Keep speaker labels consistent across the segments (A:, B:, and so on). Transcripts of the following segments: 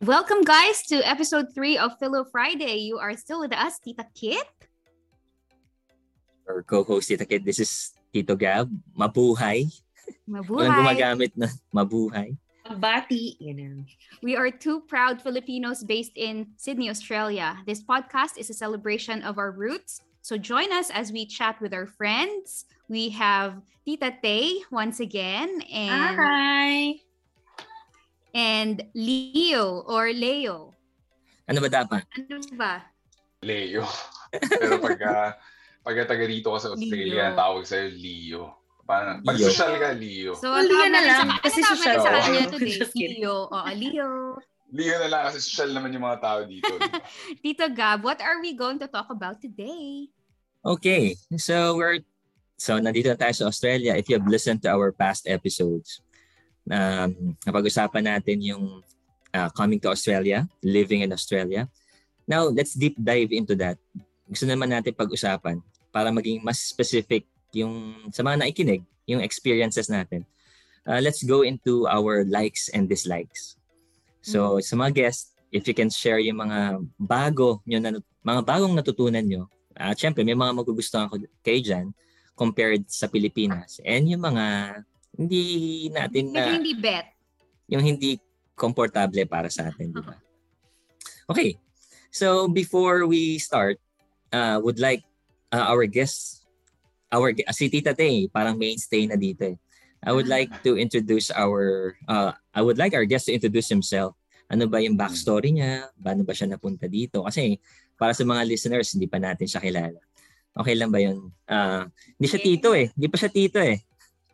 A: Welcome, guys, to episode three of Philo Friday. You are still with us, Tita Kit.
B: Or co-host Tita Kid. This is Tito Gab. Mabuhay. Walang
A: Mabuhay.
B: gumagamit na mabuhay.
C: Bati, yun
A: We are two proud Filipinos based in Sydney, Australia. This podcast is a celebration of our roots. So join us as we chat with our friends. We have Tita Tay once again
C: na.
A: and
C: Hi!
A: and Leo or Leo.
B: Ano ba dapat?
A: Ano ba?
D: Leo. Pero pag ah, pag taga dito ka sa
A: Leo.
D: Australia, ang tawag sa'yo Leo. Parang, pag
B: Leo.
D: social ka, Leo.
A: So, uh,
C: Well, Leo na lang,
A: sa-
C: kasi
A: ano tawag
C: social
A: natin
D: ako.
A: sa kanya today?
C: Just kidding.
A: Leo. Oo, Leo.
D: Leo na lang kasi social naman yung mga tao dito.
A: Tito Gab, what are we going to talk about today?
B: Okay. So we're so nandito na tayo sa Australia. If you have listened to our past episodes, um, napag-usapan natin yung uh, coming to Australia, living in Australia. Now, let's deep dive into that. Gusto naman natin pag-usapan para maging mas specific yung sa mga nakikinig, yung experiences natin. Uh, let's go into our likes and dislikes. So, sa mga guests, if you can share yung mga bago nyo na, mga bagong natutunan nyo Ah, syempre may mga magugustuhan ko kayo dyan compared sa Pilipinas. And yung mga hindi natin na
A: Medyo hindi bet.
B: yung hindi komportable para sa atin, di ba? Okay. So before we start, uh, would like uh, our guests our gu- si Tita Tay, parang mainstay na dito eh. I would like to introduce our uh, I would like our guest to introduce himself. Ano ba yung backstory niya? Paano ba siya napunta dito? Kasi para sa mga listeners, hindi pa natin siya kilala. Okay lang ba yun? Ah, hindi siya
A: Yeah.
B: tito eh. Hindi pa siya tito eh.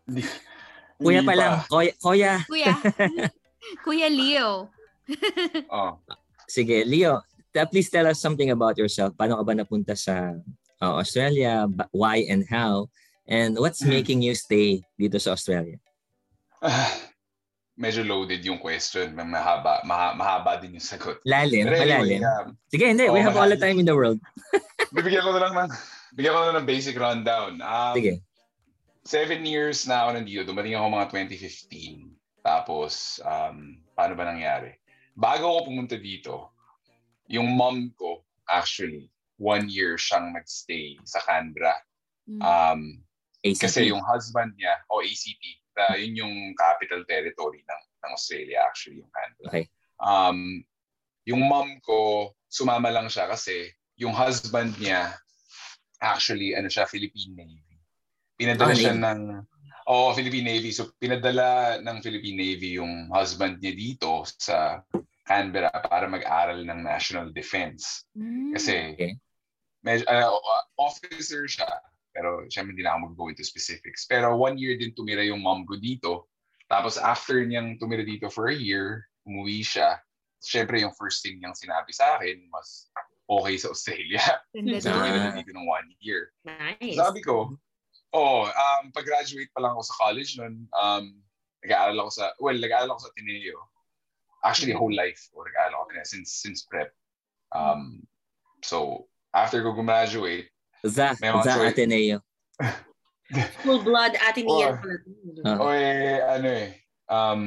B: Kuya
D: Kuya
B: pa lang. Kuya, kuya.
A: Kuya. Kuya Leo.
D: Oh.
B: Sige, Leo, t- please tell us something about yourself. Paano ka ba napunta sa uh, Australia? Ba- Why and how? And what's
D: Mm.
B: making you stay dito sa Australia?
D: Ah, medyo loaded yung question. May Mahaba, maha, mahaba din yung sagot.
B: Lalim,
D: Pero
B: malalim.
D: anyway, ah,
B: Sige, hindi. we
D: Oo,
B: have all the
D: malalim.
B: time in the world.
D: bibigyan ko na lang ng, bigyan ko na lang ng basic rundown. Um,
B: Sige.
D: seven years na ako nandito. Dumating ako mga 2015. Tapos, um, paano ba nangyari? Bago ako pumunta dito, yung mom ko, actually, one year siyang nagstay sa Canberra.
A: Mm.
D: Um,
B: ACT.
D: kasi yung husband niya, oh, o ACT, na yun yung capital territory ng, ng Australia actually, yung Canberra.
B: Okay.
D: Um, yung mom ko, sumama lang siya kasi yung husband niya, actually, ano siya, Philippine Navy.
B: Ah,
D: Pinadala siya
B: Navy.
D: ng, oo, Philippine Navy. So, pinadala ng Philippine Navy yung husband niya dito sa Canberra para mag-aral ng national defense.
A: Mm.
D: Kasi,
B: Okay.
D: medyo, ah, ah, officer siya. Pero syempre hindi na ako mag-go into specifics. Pero one year din tumira yung mom ko dito. Tapos after niyang tumira dito for a year, umuwi siya. Syempre yung first thing niyang sinabi sa akin was, okay sa Australia.
A: Ganda
D: Kasi
B: Ah.
A: doon.
D: tumira na dito ng one year.
C: Nice.
D: Sabi ko, oh, um, pag-graduate pa lang ako sa college noon, um, nag-aaral ako sa, well, nag-aaral ako sa Tineo. Actually,
A: Mm-hmm.
D: whole life ko nag-aaral ako Ateneo since, since prep.
A: Mm-hmm.
D: Um, so, after ko gumraduate,
B: Za,
D: May mga
B: Za
D: choice.
B: Ateneo.
C: Full blood, atin
D: Or-
C: iyan.
B: Ah.
D: o eh, ano eh, um,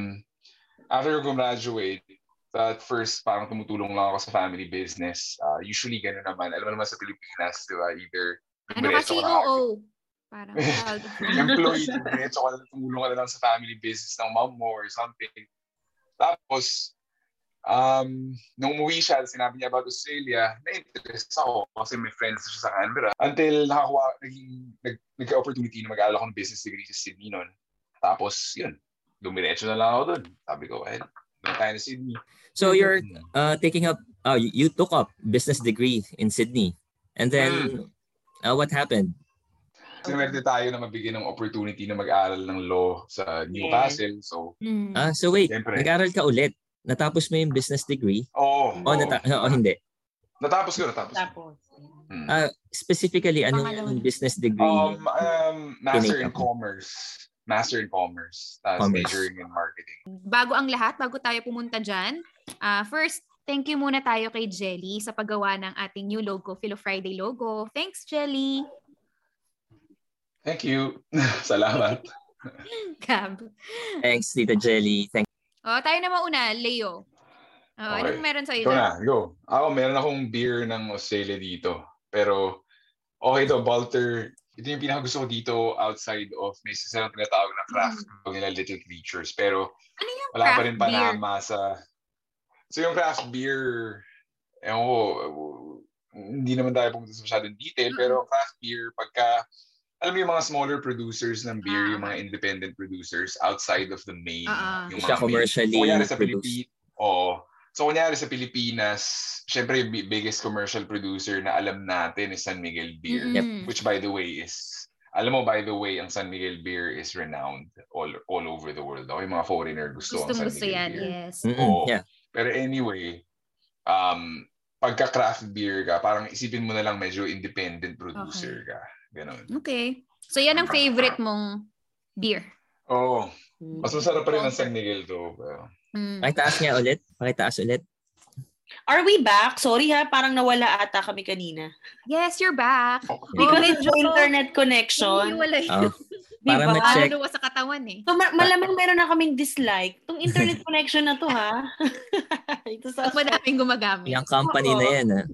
D: after ko gumraduate, at first, parang tumutulong lang ako sa family business. Uh, usually, gano'n naman. Alam mo naman sa Pilipinas, di ba? Either
A: Ano kasi
D: dumiretso ka na
A: oo. Parang proud.
D: employee, diretso ka na, tumulong ka na lang sa family business ng mom mo or something. Tapos, um, nung umuwi siya, sinabi niya about Australia, na-interest ako kasi may friends siya sa Canberra. Until nakakuha, naging, nag, nagka-opportunity na mag-aaral ako ng business degree sa Sydney noon. Tapos, yun, dumiretso na lang ako doon. Sabi ko, eh, doon tayo na Sydney. Mm-hmm. Hmm.
B: So you're uh, taking up, uh, you, you took up business degree in Sydney. And then,
D: Hmm.
B: uh, what happened?
D: Sinwerte tayo na mabigyan ng opportunity na mag-aaral ng law sa Newcastle. So,
A: Mm.
B: Ah, so wait,
D: Siyempre.
B: nag-aral ka ulit. Natapos mo yung business degree?
D: oo.
B: O, Oh, nata- o hindi.
D: natapos ko, natapos ko.
C: Tapos.
D: Hmm.
B: Ah, specifically, anong
A: Pangalawa.
B: business degree?
D: Um, um, master in
B: Pinake ako.
D: commerce. Master in commerce. Tapos
B: Commerce.
D: majoring in marketing.
A: Bago ang lahat, bago tayo pumunta dyan, ah, first, thank you muna tayo kay Jelly sa paggawa ng ating new logo, Philo Friday logo. Thanks, Jelly.
D: Thank you. Salamat.
A: Gab.
B: Thanks, Tita Jelly. Thank
A: O, tayo na mauna, Leo. Oh, Anong
D: Okay.
A: meron sa'yo
D: Ikaw
A: dyan?
D: na, go. Ako, meron akong beer ng Australia dito. Pero, okay to, Balter. Ito yung pinakagusto ko dito outside of may isa silang tinatawag na craft mm. nila Little Creatures. Pero,
A: Ano yung
D: wala pa
A: craft
D: rin
A: beer?
D: panama sa... So, yung craft beer, eh ko, hindi naman tayo pumunta sa masyadong detail,
A: Mm-mm.
D: pero craft beer, pagka, alam mo yung mga smaller producers ng
A: Ah,
D: beer, yung mga independent producers outside of the main.
A: Ah, ah.
D: yung
B: Siya
D: mga main
B: commercially
D: kunyari sa
B: produced.
D: Pilipinas, oo. So, kunyari sa Pilipinas, syempre yung bi- biggest commercial producer na alam natin is San Miguel Beer.
A: Mm-mm.
D: Which, by the way, is, alam mo, by the way, ang San Miguel Beer is renowned all all over the world. Okay, mga foreigner gusto, ang
A: Gustong
D: San
A: gusto
D: Miguel
A: yan,
D: Beer.
A: yes.
B: Mm-mm,
D: Oo.
B: Yeah.
D: Pero anyway, um, pagka craft beer ka, parang isipin mo na lang medyo independent producer ka. Ganon.
A: Okay. So, yan ang favorite mong beer.
D: Oo.
C: Mm.
D: mas masarap pa rin ang San Miguel to.
A: Mm.
B: Pakitaas nga ulit. Pakitaas ulit.
C: Are we back? Sorry ha, parang nawala ata kami kanina.
A: Yes, you're back.
C: Because
A: medyo-
C: medyo
A: Oh, Hindi
C: internet connection.
A: wala yun.
B: Oh, parang
C: Diba?
B: nag-check.
A: Ano sa katawan eh.
C: So, ma- malamang meron na kaming dislike. Itong internet connection na to, ha? Ito sa...
A: At madaming Ano gumagamit.
B: Yung company na yan. ah.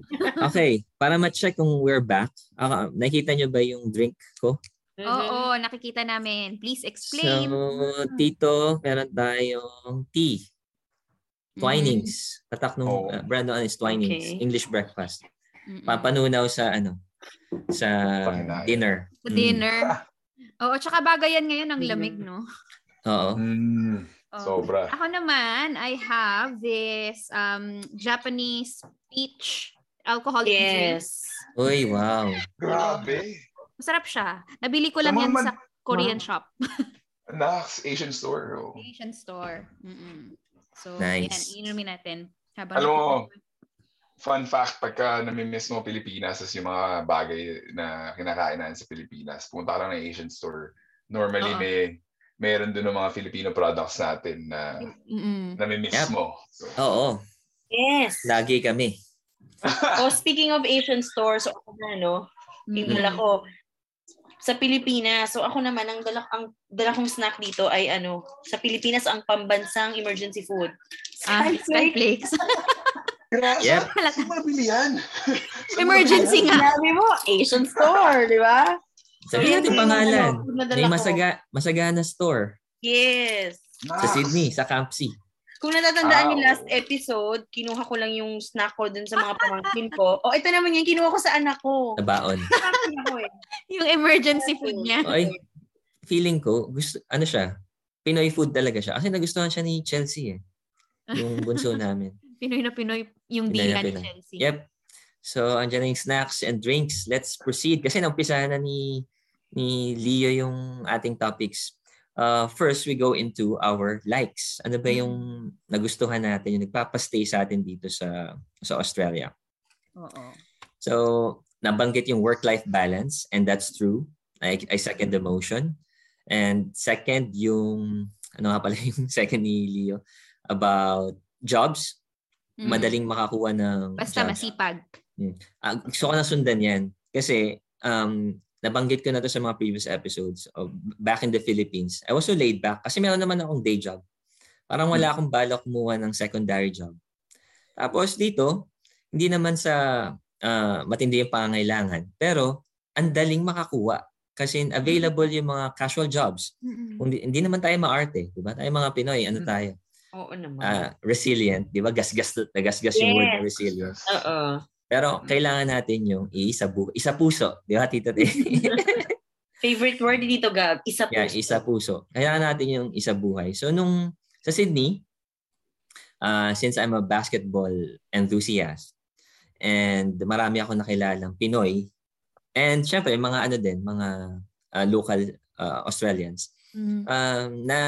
B: Okay. Para ma-check kung we're back. Ah, nakita nyo ba yung drink ko?
C: Mhm.
A: Oo, nakikita namin. Please explain.
B: So, dito, meron tayong tea. Twinings. Tatak nung
D: Oh.
B: uh, brand nung ano is Twinings.
C: Mm. Okay.
B: English breakfast.
A: Mm-mm.
B: Papanunaw sa ano sa
D: Panginain.
B: dinner.
A: Sa Dinner. Oo, tsaka bagay yan ngayon ang
C: Mm-hmm.
A: lamig, no?
B: Mm, Oo.
D: Mm,
A: Oo.
D: sobra.
A: Ako naman, I have this um Japanese peach alcoholic drink.
C: Yes.
B: Uy, wow.
D: Grabe.
A: Masarap siya. Nabili ko lang
D: Sa mga
A: yan
D: man-
A: sa Korean shop.
D: Nax, Asian store. oh.
A: Asian store. Mm-mm. So,
B: Nice.
A: yan. Inumin natin. Habang
D: Alam mo, fun fact, pagka namimiss mo Pilipinas, as yung mga bagay na kinakain natin sa Pilipinas, punta ka lang ng Asian store. Normally,
A: Oo.
D: may meron doon ng mga Filipino products natin na
A: Mm-mm.
D: namimiss
B: Yep.
D: mo. So,
B: Oo.
C: Yes.
B: Lagi kami.
C: Oh, speaking of Asian stores, ako na, no? Yung
A: Mm-mm.
C: dala ko sa Pilipinas. So ako naman, ang dala, ang dala kong snack dito ay ano, sa Pilipinas, ang pambansang emergency food.
A: Ah,
C: Skyflake.
A: Skyflakes.
D: Grabe!
B: Yep.
D: Saan mo nabili yan? Saan mo
A: Emergency
D: nabili yan?
A: nga.
C: Sinabi mo, Asian store, di ba?
B: Sabi natin
C: yung
B: pangalan.
C: ano, food na dala
B: May
C: ko.
B: masaga, masagana store
C: Yes.
B: sa
D: Nax.
B: Sydney, sa Camp C.
C: Kung natatandaan
D: Wow.
C: yung last episode, kinuha ko lang yung snack ko dun sa mga pamangkin ko. O, ito naman yung kinuha ko sa anak ko.
B: sa Baon.
C: Sa akin ako eh.
A: yung emergency food niya.
B: Oy, feeling ko, gusto, ano siya, Pinoy food talaga siya. Kasi nagustuhan siya ni Chelsea eh. Yung bunso namin.
A: Pinoy na Pinoy yung
B: Pinoy
A: dihan
B: na
A: ni
B: Pinoy.
A: Chelsea.
B: Yep. So, andyan na yung snacks and drinks. Let's proceed. Kasi naumpisa na ni, ni Leo yung ating topics. Uh, first, we go into our likes. Ano ba yung nagustuhan natin, yung nagpapastay sa atin dito sa, sa Australia?
A: Oo.
B: So, nabanggit yung work-life balance and that's true. I, I second the motion. And second, yung, ano nga pala yung second ni Leo, about jobs.
A: Mm.
B: Madaling makakuha ng
A: Basta
B: jobs.
A: masipag.
B: Ah, gusto ko na sundan yan. Kasi, um, nabanggit ko na to sa mga previous episodes of back in the Philippines. I was so laid back kasi meron naman akong day job. Parang wala akong balak kumuha ng secondary job. Tapos dito, hindi naman sa ah, matindi yung pangangailangan. Pero, ang daling makakuha. Kasi available yung mga casual jobs.
A: Mm-mm.
B: Hindi, hindi naman tayo maarte. Diba? Tayo mga Pinoy, ano tayo?
C: Oo naman.
B: Ah, resilient. Diba? Gasgas, gasgas yung word na
C: Yes.
B: resilient.
C: Oo.
B: Pero kailangan natin yung isa, bu- isa puso. Di ba, Tita Tay?
C: Favorite word dito, Gab? Isa po.
B: yeah, isa puso. Kailangan natin yung isa buhay. So, nung sa Sydney, uh, since I'm a basketball enthusiast, and marami ako nakilalang Pinoy, and syempre, mga ano din, mga ah, local ah, Australians,
A: Mm.
B: um, na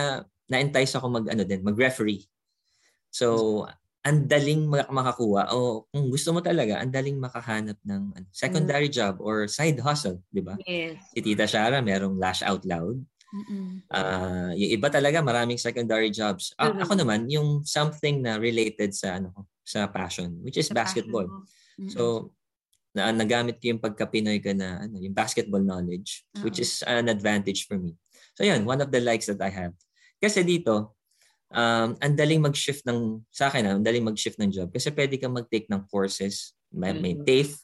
B: na-entice ako mag ano din, mag-referee. So, ang daling mak- makakuha o kung gusto mo talaga, ang daling makahanap ng ano, secondary job or side hustle, 'di ba?
C: Yes.
B: Si Tita Shara merong lash out loud.
A: Mm-mm.
B: Ah, yung iba talaga maraming secondary jobs. A-
C: Mhm.
B: Ako naman yung something na related sa ano ko, sa passion, which
A: Sa
B: is basketball.
A: passion mo. Mm-mm.
B: So, na nagamit ko yung pagka-Pinoy ka na ano, yung basketball knowledge, which
A: Oo.
B: is an advantage for me. So, yun, one of the likes that I have. Kasi dito, um, ang daling mag-shift ng, sa akin, ah, ang daling mag-shift ng job. Kasi pwede kang mag-take ng courses. May, may
C: Mhm.
B: TAFE.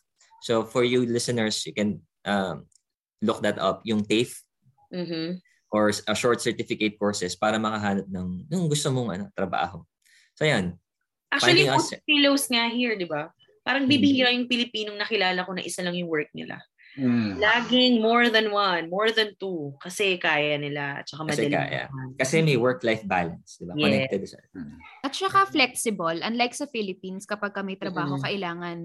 B: So for you listeners, you can um, look that up. Yung TAFE
C: Mm-hmm.
B: or s- a short certificate courses para makahanap ng yung gusto mong ano, trabaho. So yan.
C: Actually,
B: Finding us- Hmm.
C: food fellows nga here, di ba? Parang bibihira yung Pilipinong nakilala ko na isa lang yung work nila.
D: Mm.
C: Laging more than one, more than two. Kasi kaya nila. At saka
B: Kasi
C: madaling.
B: kaya. Kasi may work-life balance, di ba?
C: Yes.
B: Connected sa
A: At saka flexible, unlike sa Philippines, kapag ka may trabaho,
C: Mm.
A: kailangan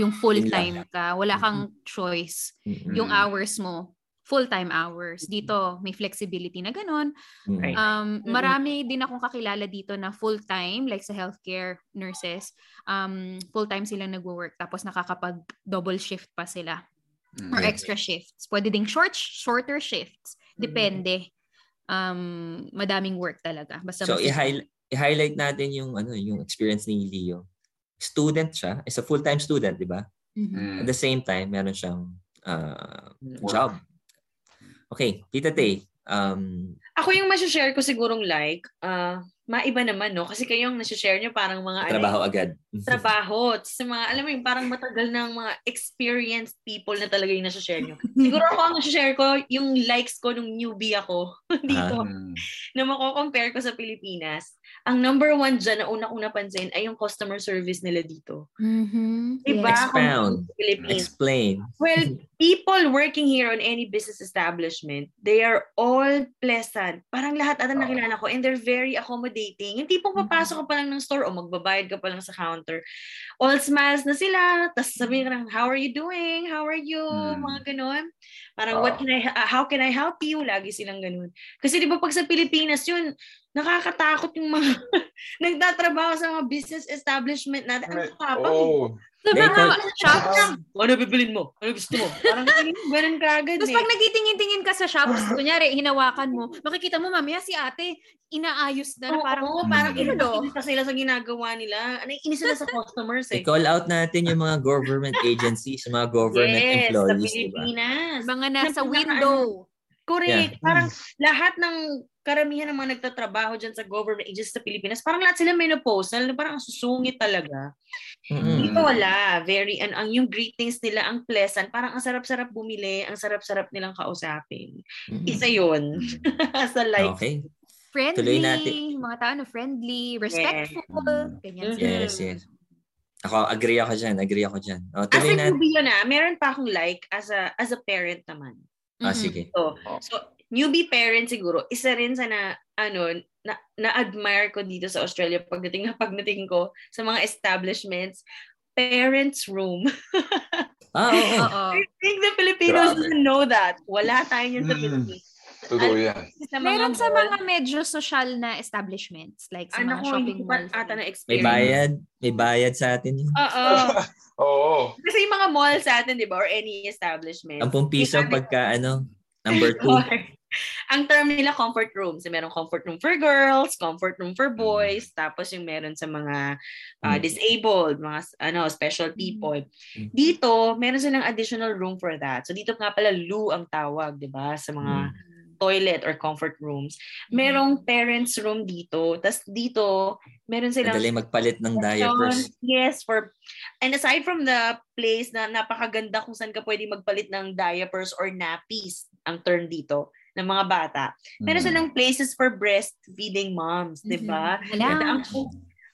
A: yung full-time ka. Wala
B: Mhm.
A: kang choice.
B: Mm-mm.
A: Yung hours mo, full-time hours. Dito, may flexibility na ganun.
B: Mm.
C: Right.
A: Um,
C: Mhm.
A: marami din akong kakilala dito na full-time, like sa healthcare nurses, um, full-time sila nagwo-work tapos nakakapag-double shift pa sila or
D: Mm.
B: Correct.
A: extra shifts. Pwede ding short, shorter shifts.
C: Mm-hmm. Hmm.
A: Depende. Um, madaming work talaga. Basta
B: So
A: basta-
B: i-highlight, i-highlight natin yung ano, yung experience ni Leo. Student siya, is a full-time student, di ba?
A: Mhm.
B: At
D: Mm.
B: the same time, meron siyang uh,
D: Work.
B: job. Okay, Tita Tay, um,
C: Ako yung masashare ko sigurong like, ah, maiba naman, no? Kasi kayo yung nasashare nyo parang mga ano,
B: trabaho agad.
C: trabaho. Tapos yung mga, alam mo yung parang matagal ng mga experienced people na talaga yung nasashare nyo. Siguro ako ang nasashare ko, yung likes ko nung newbie ako dito,
D: Mm.
C: na makocompare ko sa Pilipinas. Ang number one dyan na una-una pansin ay yung customer service nila dito.
A: Mhm.
C: Diba?
A: Yes.
B: Expound.
C: Kung Philippines.
B: Explain.
C: Well, people working here on any business establishment, they are all pleasant. Parang lahat ata nakilala ko and they're very accommodating. Yung tipong papasok ka pa lang ng store o magbabayad ka pa lang sa counter, all smiles na sila. Tapos sabihin ka lang, how are you doing? How are you?
D: Mm.
C: Mga ganun.
B: Oo.
C: Parang, what can I, ah, how can I help you? Lagi silang ganun. Kasi di ba pag sa Pilipinas yun, nakakatakot yung mga nagtatrabaho sa mga business establishment natin. Ano Ang tapang
D: Oh.
A: Diba?
B: They call-
A: shop.
C: ano bibilin mo? Ano gusto mo? Parang ganun, ganun ka agad
A: Tapos
C: eh.
A: pag nagtitingin-tingin ka sa shops, kunyari, hinawakan mo, makikita mo mamaya si ate, inaayos na, na
C: Oo,
A: parang,
C: oo, parang
B: Mm.
A: Ano?
C: inis na sila sa ginagawa nila. Ano, inis sila sa customers eh.
B: I-call out natin yung mga government agencies, mga government employees,
C: yes,
B: di
C: sa
B: ba?
C: Pilipinas.
A: mga nasa
C: Napaka-
A: window.
B: Yeah.
C: Correct. Parang lahat ng karamihan ng mga nagtatrabaho dyan sa government agencies sa Pilipinas, parang lahat sila menopausal, parang ang susungit talaga.
B: Mm-mm.
C: Dito wala, very, and ang yung greetings nila, ang pleasant, parang ang sarap-sarap bumili, ang sarap-sarap nilang kausapin.
B: Mm-mm.
C: Isa yun. sa like,
B: Okay.
A: Friendly,
B: Tuloy natin.
A: mga tao na friendly, respectful,
D: Mm.
A: ganyan
C: Mhm.
A: sila.
B: Yes, yes. Ako, agree ako dyan. Agree ako dyan. O,
C: As
B: tuloy
C: a
B: natin.
C: newbie yun ah, meron pa akong like as a as a parent naman.
B: Ah,
A: Mhm.
B: sige.
D: Oh.
C: So, newbie parent siguro, isa rin sa na, ano, na, na-admire ko dito sa Australia pagdating na pagdating ko sa mga establishments, parents room. Mm-hmm.
B: Ah, oo. oo.
A: Oo.
C: I think the Filipinos
D: Grabe.
C: doesn't know that. Wala tayo yun sa
B: Hmm.
D: Mm.
C: Pilipinas.
D: Totoo yan.
C: Sa mga
A: Meron sa
C: mall,
A: mga medyo social na establishments, like sa
C: ano
A: mga
C: ko,
A: shopping
C: hindi ko
A: malls.
B: ah,
C: ata na
B: May
C: experience.
B: bayad. May bayad sa atin yun.
C: Oo.
D: Oo.
C: Kasi yung mga mall sa atin, di ba? Or any establishment.
B: 10 piso
C: May bayad.
B: pagka ano, number 2.
C: Or, ang term nila comfort room. So, merong comfort room for girls, comfort room for boys, tapos yung meron sa mga uh,
B: Mm.
C: disabled, mga s- ano, special people.
B: Mm.
C: Dito, meron silang additional room for that. So, dito nga pala loo ang tawag, di ba?
B: Mm.
C: Sa mga toilet or comfort rooms. Merong parents room dito. Tapos dito, meron silang
B: Madali magpalit ng diapers.
C: Yun, Yes, for and aside from the place na napakaganda kung saan ka pwede magpalit ng diapers or nappies, ang term dito ng mga bata.
D: Mm.
C: Meron silang places for breastfeeding moms, 'di ba?
A: Mhm.
C: And
A: Wala.
C: ang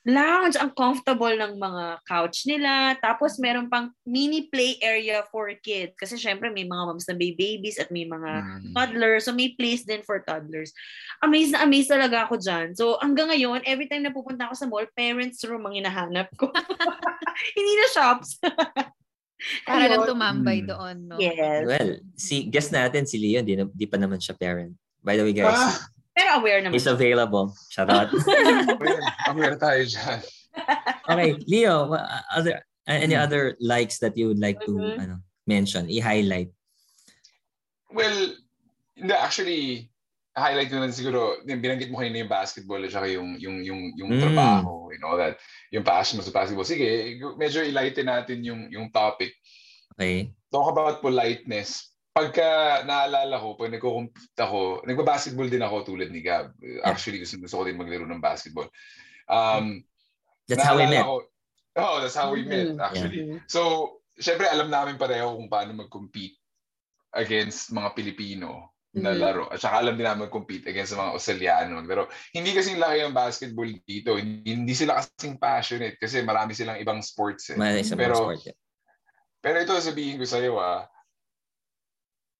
C: lounge, ang comfortable ng mga couch nila. Tapos meron pang mini play area for kids. Kasi syempre may mga moms na may babies at may mga
D: Mm.
C: toddlers. So, may place din for toddlers. Amazed na amazed talaga ako dyan. So, hanggang ngayon, every time na pupunta ako sa mall, parents room ang hinahanap ko. Hindi na shops.
A: Para lang
C: Ayun.
A: tumambay
B: Mm.
A: doon, no?
C: Yes.
B: Well, si guess natin si Leo, di, na- di pa naman siya parent. By the way,
D: Ah,
B: guys,
C: Pero aware naman.
B: he's available. Shout out.
D: well, aware tayo dyan.
B: okay, Leo, wha- other uh, any
D: Mm.
B: other likes that you would like to
C: Mhm.
B: ano mention, i-highlight?
D: Well, hindi, actually, highlight ko na siguro, yung binanggit mo kanina yung basketball at saka yung, yung, yung, yung
B: Mm.
D: trabaho and all that. Yung passion mo sa basketball. Sige, medyo i-lighten natin yung, yung topic.
B: Okay.
D: Talk about politeness. pagka naalala ko, pag nagko-compete ako, nagba-basketball din ako tulad ni Gab. Actually, gusto, gusto ko din maglaro ng basketball. Um,
B: That's how we
D: naalala
B: met. Mm-hmm.
D: ko- oh, that's how we met,
C: Mhm.
D: actually. So, syempre, alam namin pareho kung paano mag-compete against mga Pilipino
B: Mm.
D: na
C: Mhm.
D: laro. At saka alam din namin mag-compete against mga Australiano maglaro. Hindi kasing laki ang basketball dito. Hindi, hindi sila kasing passionate kasi marami silang ibang sports. Eh.
B: May isang
D: Pero-
B: mga sport. eh.
D: Pero ito sabihin ko sa'yo ah,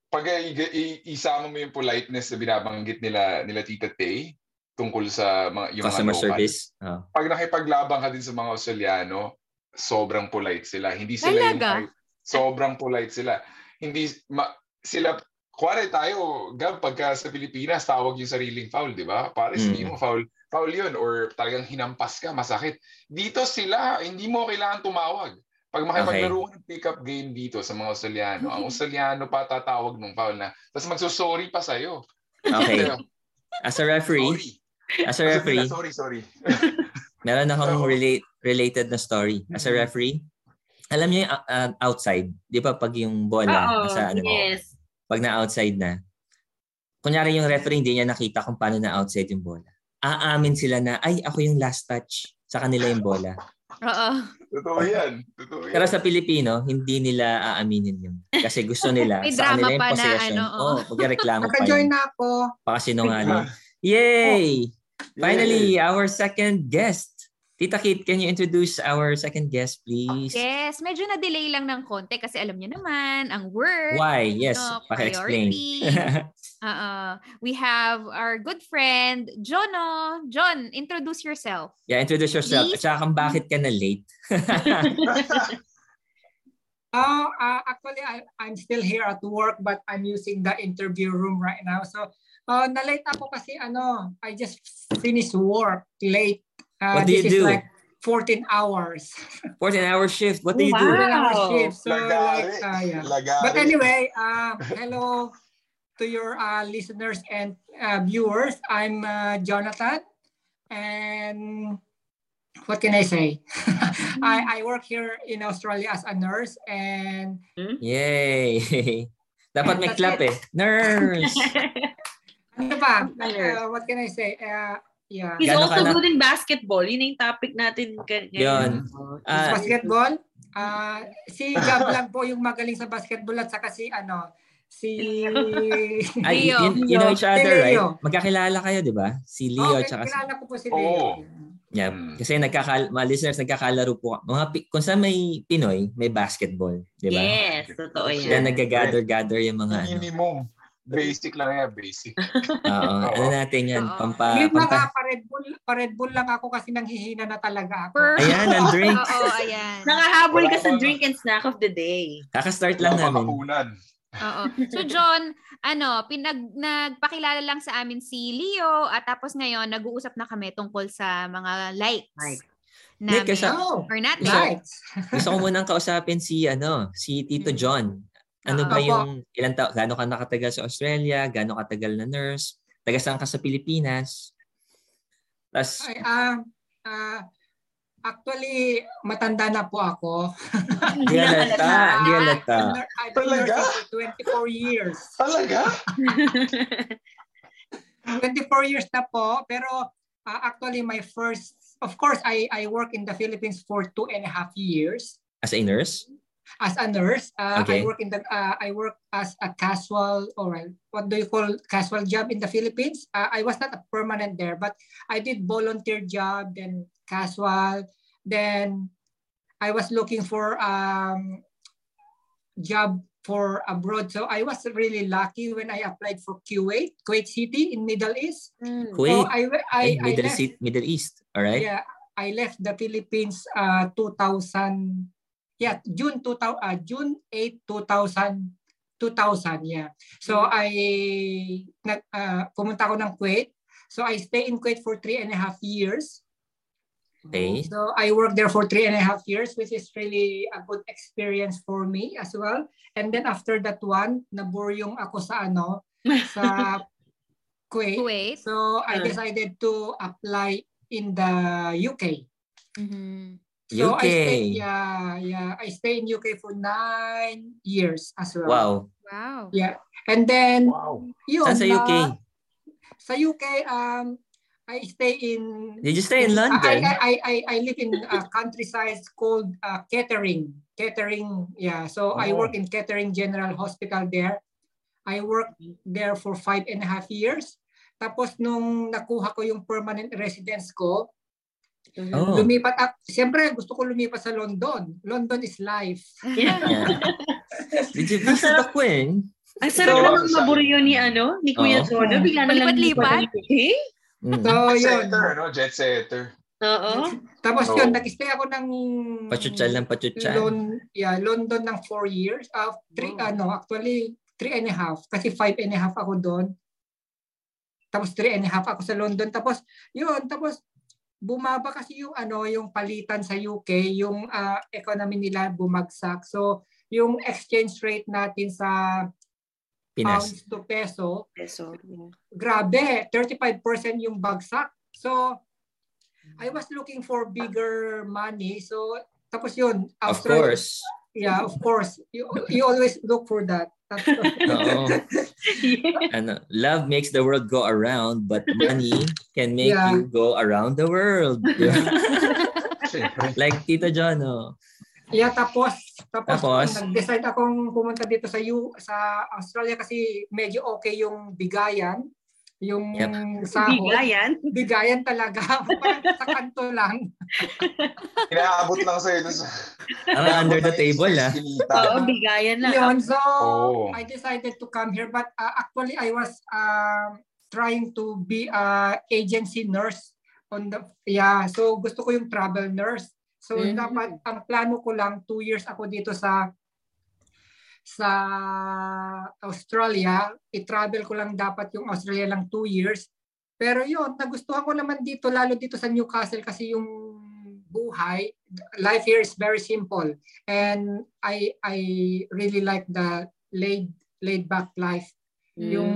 D: pag i- i- isama mo yung politeness na binabanggit nila nila Tita Tay tungkol sa mga yung ano,
B: Customer
D: mga local,
B: service. Oh.
D: Pag nakipaglabang ka din sa mga Australiano, sobrang polite sila. Hindi sila
A: Talaga?
D: yung sobrang polite sila. Hindi ma, sila kuwari tayo, Gab, pagka sa Pilipinas, tawag yung sariling foul, di ba? Pare, hindi
B: Mm.
D: mo foul. Foul yun, or talagang hinampas ka, masakit. Dito sila, hindi mo kailangan tumawag. Pag makipaglaro ka ng pick-up game dito sa mga Australiano, ang Australiano pa tatawag ng foul na, tapos magsusorry pa sa'yo.
B: Oh, Okay.
D: Sorry.
B: As a referee, as a
D: Sabi
B: referee,
D: nila, Sorry, sorry.
B: Meron akong
D: Oo.
B: relate, related na story. As a
A: Mm-hmm.
D: Mhm.
B: referee, alam niyo yung uh, uh, outside, di ba pag yung bola,
C: Oo,
B: sa, ano,
C: yes.
B: pag na-outside na, kunyari yung referee hindi niya nakita kung paano na-outside yung bola. Aamin sila na, ay, ako yung last touch sa kanila yung bola.
A: Oo.
D: Totoo yan. Totoo yan.
B: Pero sa Pilipino, hindi nila aaminin yun. Kasi gusto nila,
A: May
B: sa
A: drama
B: kanila yung
A: pa na,
B: possession.
A: ano, oo.
B: oh, magreklamo pa
E: Naka-join
B: yun.
E: na ako.
B: Pakasinungaling.
A: Oh.
B: Yay! Finally, our second guest. Tita Kit, can you introduce our second guest, please?
A: Yes, medyo na-delay lang ng konti kasi alam niyo naman, ang work.
B: Why? Yes,
A: no,
B: paki-explain.
A: uh, priority. Uh-uh. We have our good friend, Jono. John, introduce yourself.
B: yeah, introduce yourself.
A: Please.
B: At saka kung bakit ka na late.
E: Oh, uh, actually, I, I'm still here at work but I'm using the interview room right now. So, uh, na-late ako kasi ano, I just finished work late. Uh,
B: What do
E: this
B: you
E: is
B: do?
E: like 14 hours.
B: 14-hour shift. What do you do?
C: Wow.
E: 14 hour shift. So,
D: Lagari.
E: like, uh, yeah.
D: Lagari.
E: But anyway, uh, hello to your uh, listeners and uh, viewers. I'm uh, Jonathan, and what can I say? I, I work here in Australia as a nurse, and
B: Yay! Dapat may clap eh. Nurse!
E: ano ba?
C: A nurse.
E: Uh, what can I say? Uh, yeah,
C: He's
B: Gano'n
C: also
B: ka na-
C: good in basketball. Yun na yung topic natin ka- ngayon.
B: Ah.
E: basketball. Uh, si Gab lang po yung magaling sa basketball at saka si ano, si
B: Ay, you,
A: Leo.
B: you know each
E: Si
B: other, right?
E: Leo.
B: Magkakilala kayo, di ba? Si Leo
E: Oh,
B: at saka si...
E: kilala ko po si
D: Oo.
E: Leo.
B: Yeah. Kasi nagkakal mga listeners, nagkakalaro po. Mga, pi- kung saan may Pinoy, may basketball, di ba?
C: Yes, totoo yan.
B: Then nagka-gather-gather yung mga ano.
D: Minimum. Basic lang yan, basic.
B: Oo. Ano natin yan?
A: Oo.
B: Pampa,
E: Yun lang
B: pampa.
E: ah, pa-Red Bull, pa-Red Bull lang ako kasi nanghihina na talaga ako.
A: Per-
B: Ayan, ang drink.
A: Oo, ayan.
C: Nakahabol ka
D: Wala
C: sa
D: pa-
C: drink and snack of the day.
B: Kakastart lang
D: Wala pang
B: namin.
D: kapunan.
A: Oo. So John, ano, pinag nagpakilala lang sa amin si Leo at tapos ngayon nag-uusap na kami tungkol sa mga likes.
C: Like.
A: Namin.
B: Like, kasi-
E: Oh,
A: or not
B: So,
A: like.
E: nice.
B: Gusto ko munang kausapin si ano, si Tito
A: Mm.
B: John. Ano
A: Oo.
B: ba
E: Opo.
B: yung ilang taon, gaano ka nakatagal sa Australia, gaano katagal na nurse, taga saan ka sa Pilipinas? Tapos,
E: Ay, ah, ah, actually, matanda na po ako.
B: hindi halata, hindi halata.
E: I've been- I've been
D: Talaga?
E: nursing for 24 years.
D: Talaga?
E: 24 years na po, pero ah, actually my first, of course, I, I work in the Philippines for two and a half years
B: As a nurse?
E: as a nurse. Ah,
B: Okay.
E: I work in the, ah, I work as a casual, or a- what do you call casual job in the Philippines? Ah, I was not a permanent there, but I did volunteer job, then casual, then I was looking for um job for abroad. So I was really lucky when I applied for Kuwait, Kuwait City in Middle East.
A: Mm.
B: Kuwait,
E: So Oh, I I,
B: in
E: I
B: Middle,
E: left,
B: Sea- Middle East, alright?
E: yeah, I left the Philippines uh 2000 yeah, June 2000 uh, June 8, 2000 2000 yeah. So I nag uh, pumunta ako ng Kuwait. So I stay in Kuwait for three and a half years.
B: Okay.
E: So I worked there for three and a half years, which is really a good experience for me as well. And then after that one, naburyong ako sa ano, sa Kuwait.
A: Wait.
E: So I
C: Sure.
E: decided to apply in the UK.
A: Mhm.
E: So
B: UK.
E: I stayed, yeah, yeah. I stayed in UK for nine years as well.
B: Wow.
A: Wow.
E: Yeah. And then,
D: Wow.
E: yun.
B: Saan sa
E: na-
B: UK?
E: sa UK, um, I stay in...
B: Did you stay in London?
E: I, I, I, I live in a countryside called uh, catering. Catering, yeah. So I
B: Oh.
E: work in Catering General Hospital there. I worked there for five and a half years. Tapos nung nakuha ko yung permanent residence ko,
B: Oh.
E: lumipat up. Siyempre, gusto ko lumipat sa London. London is life.
B: Hmm. Yeah. Did you visit
C: Masarap.
B: ako eh.
C: Ang sarap
E: So-
C: naman maburyo ni, ano, ni Kuya
B: Oo.
C: Tono. Bigla na lang
A: Palipat-lipat.
C: lipat ng UK.
B: Mm.
E: So,
D: Jet
E: Oh, yun.
D: setter, no? ano? Jet setter.
C: Oo.
E: Tapos
D: Oh.
E: yun, nag-stay ako ng...
B: Pachutsal ng pachutsal.
E: Lon, yeah, London ng four years. Uh, three,
C: Wow.
E: ano, actually, three and a half. Kasi five and a half ako doon. Tapos three and a half ako sa London. Tapos, yun, tapos, bumaba kasi yung, ano, yung palitan sa UK, yung ah, economy nila bumagsak. So, yung exchange rate natin sa
B: Pinas.
E: pounds to peso,
C: Peso.
E: grabe, 35% yung bagsak. So, I was looking for bigger money. So, tapos yun.
B: Of
E: Um, after-
B: course.
E: Yeah, of course. You, you always look for that.
B: Oo. Ano, love makes the world go around, but money can make
E: Yeah.
B: you go around the world.
D: Siyempre.
B: like Tito John, oh.
E: yeah, tapos, tapos,
B: Tapos?
E: nag-decide akong pumunta dito sa U, sa Australia kasi medyo okay yung bigayan. Yung sahod.
C: Bigayan.
E: Bigayan talaga. Parang sa kanto lang.
D: Inaabot lang sa'yo. dun sa-
B: Ang under the
D: Inaabot lang
B: table,
D: yung
B: ah.
D: eskinita.
C: Oo, bigayan lang.
E: Yun, so,
D: Oh.
E: I decided to come here. But uh, actually, I was um, trying to be a agency nurse. on the Yeah, so gusto ko yung travel nurse. So
C: Mm.
E: dapat, ang plano ko lang, two years ako dito sa sa Australia. I-travel ko lang dapat yung Australia lang two years. Pero yun, nagustuhan ko naman dito, lalo dito sa Newcastle kasi yung buhay, life here is very simple. And I I really like the laid laid back life.
A: Mm.
E: Yung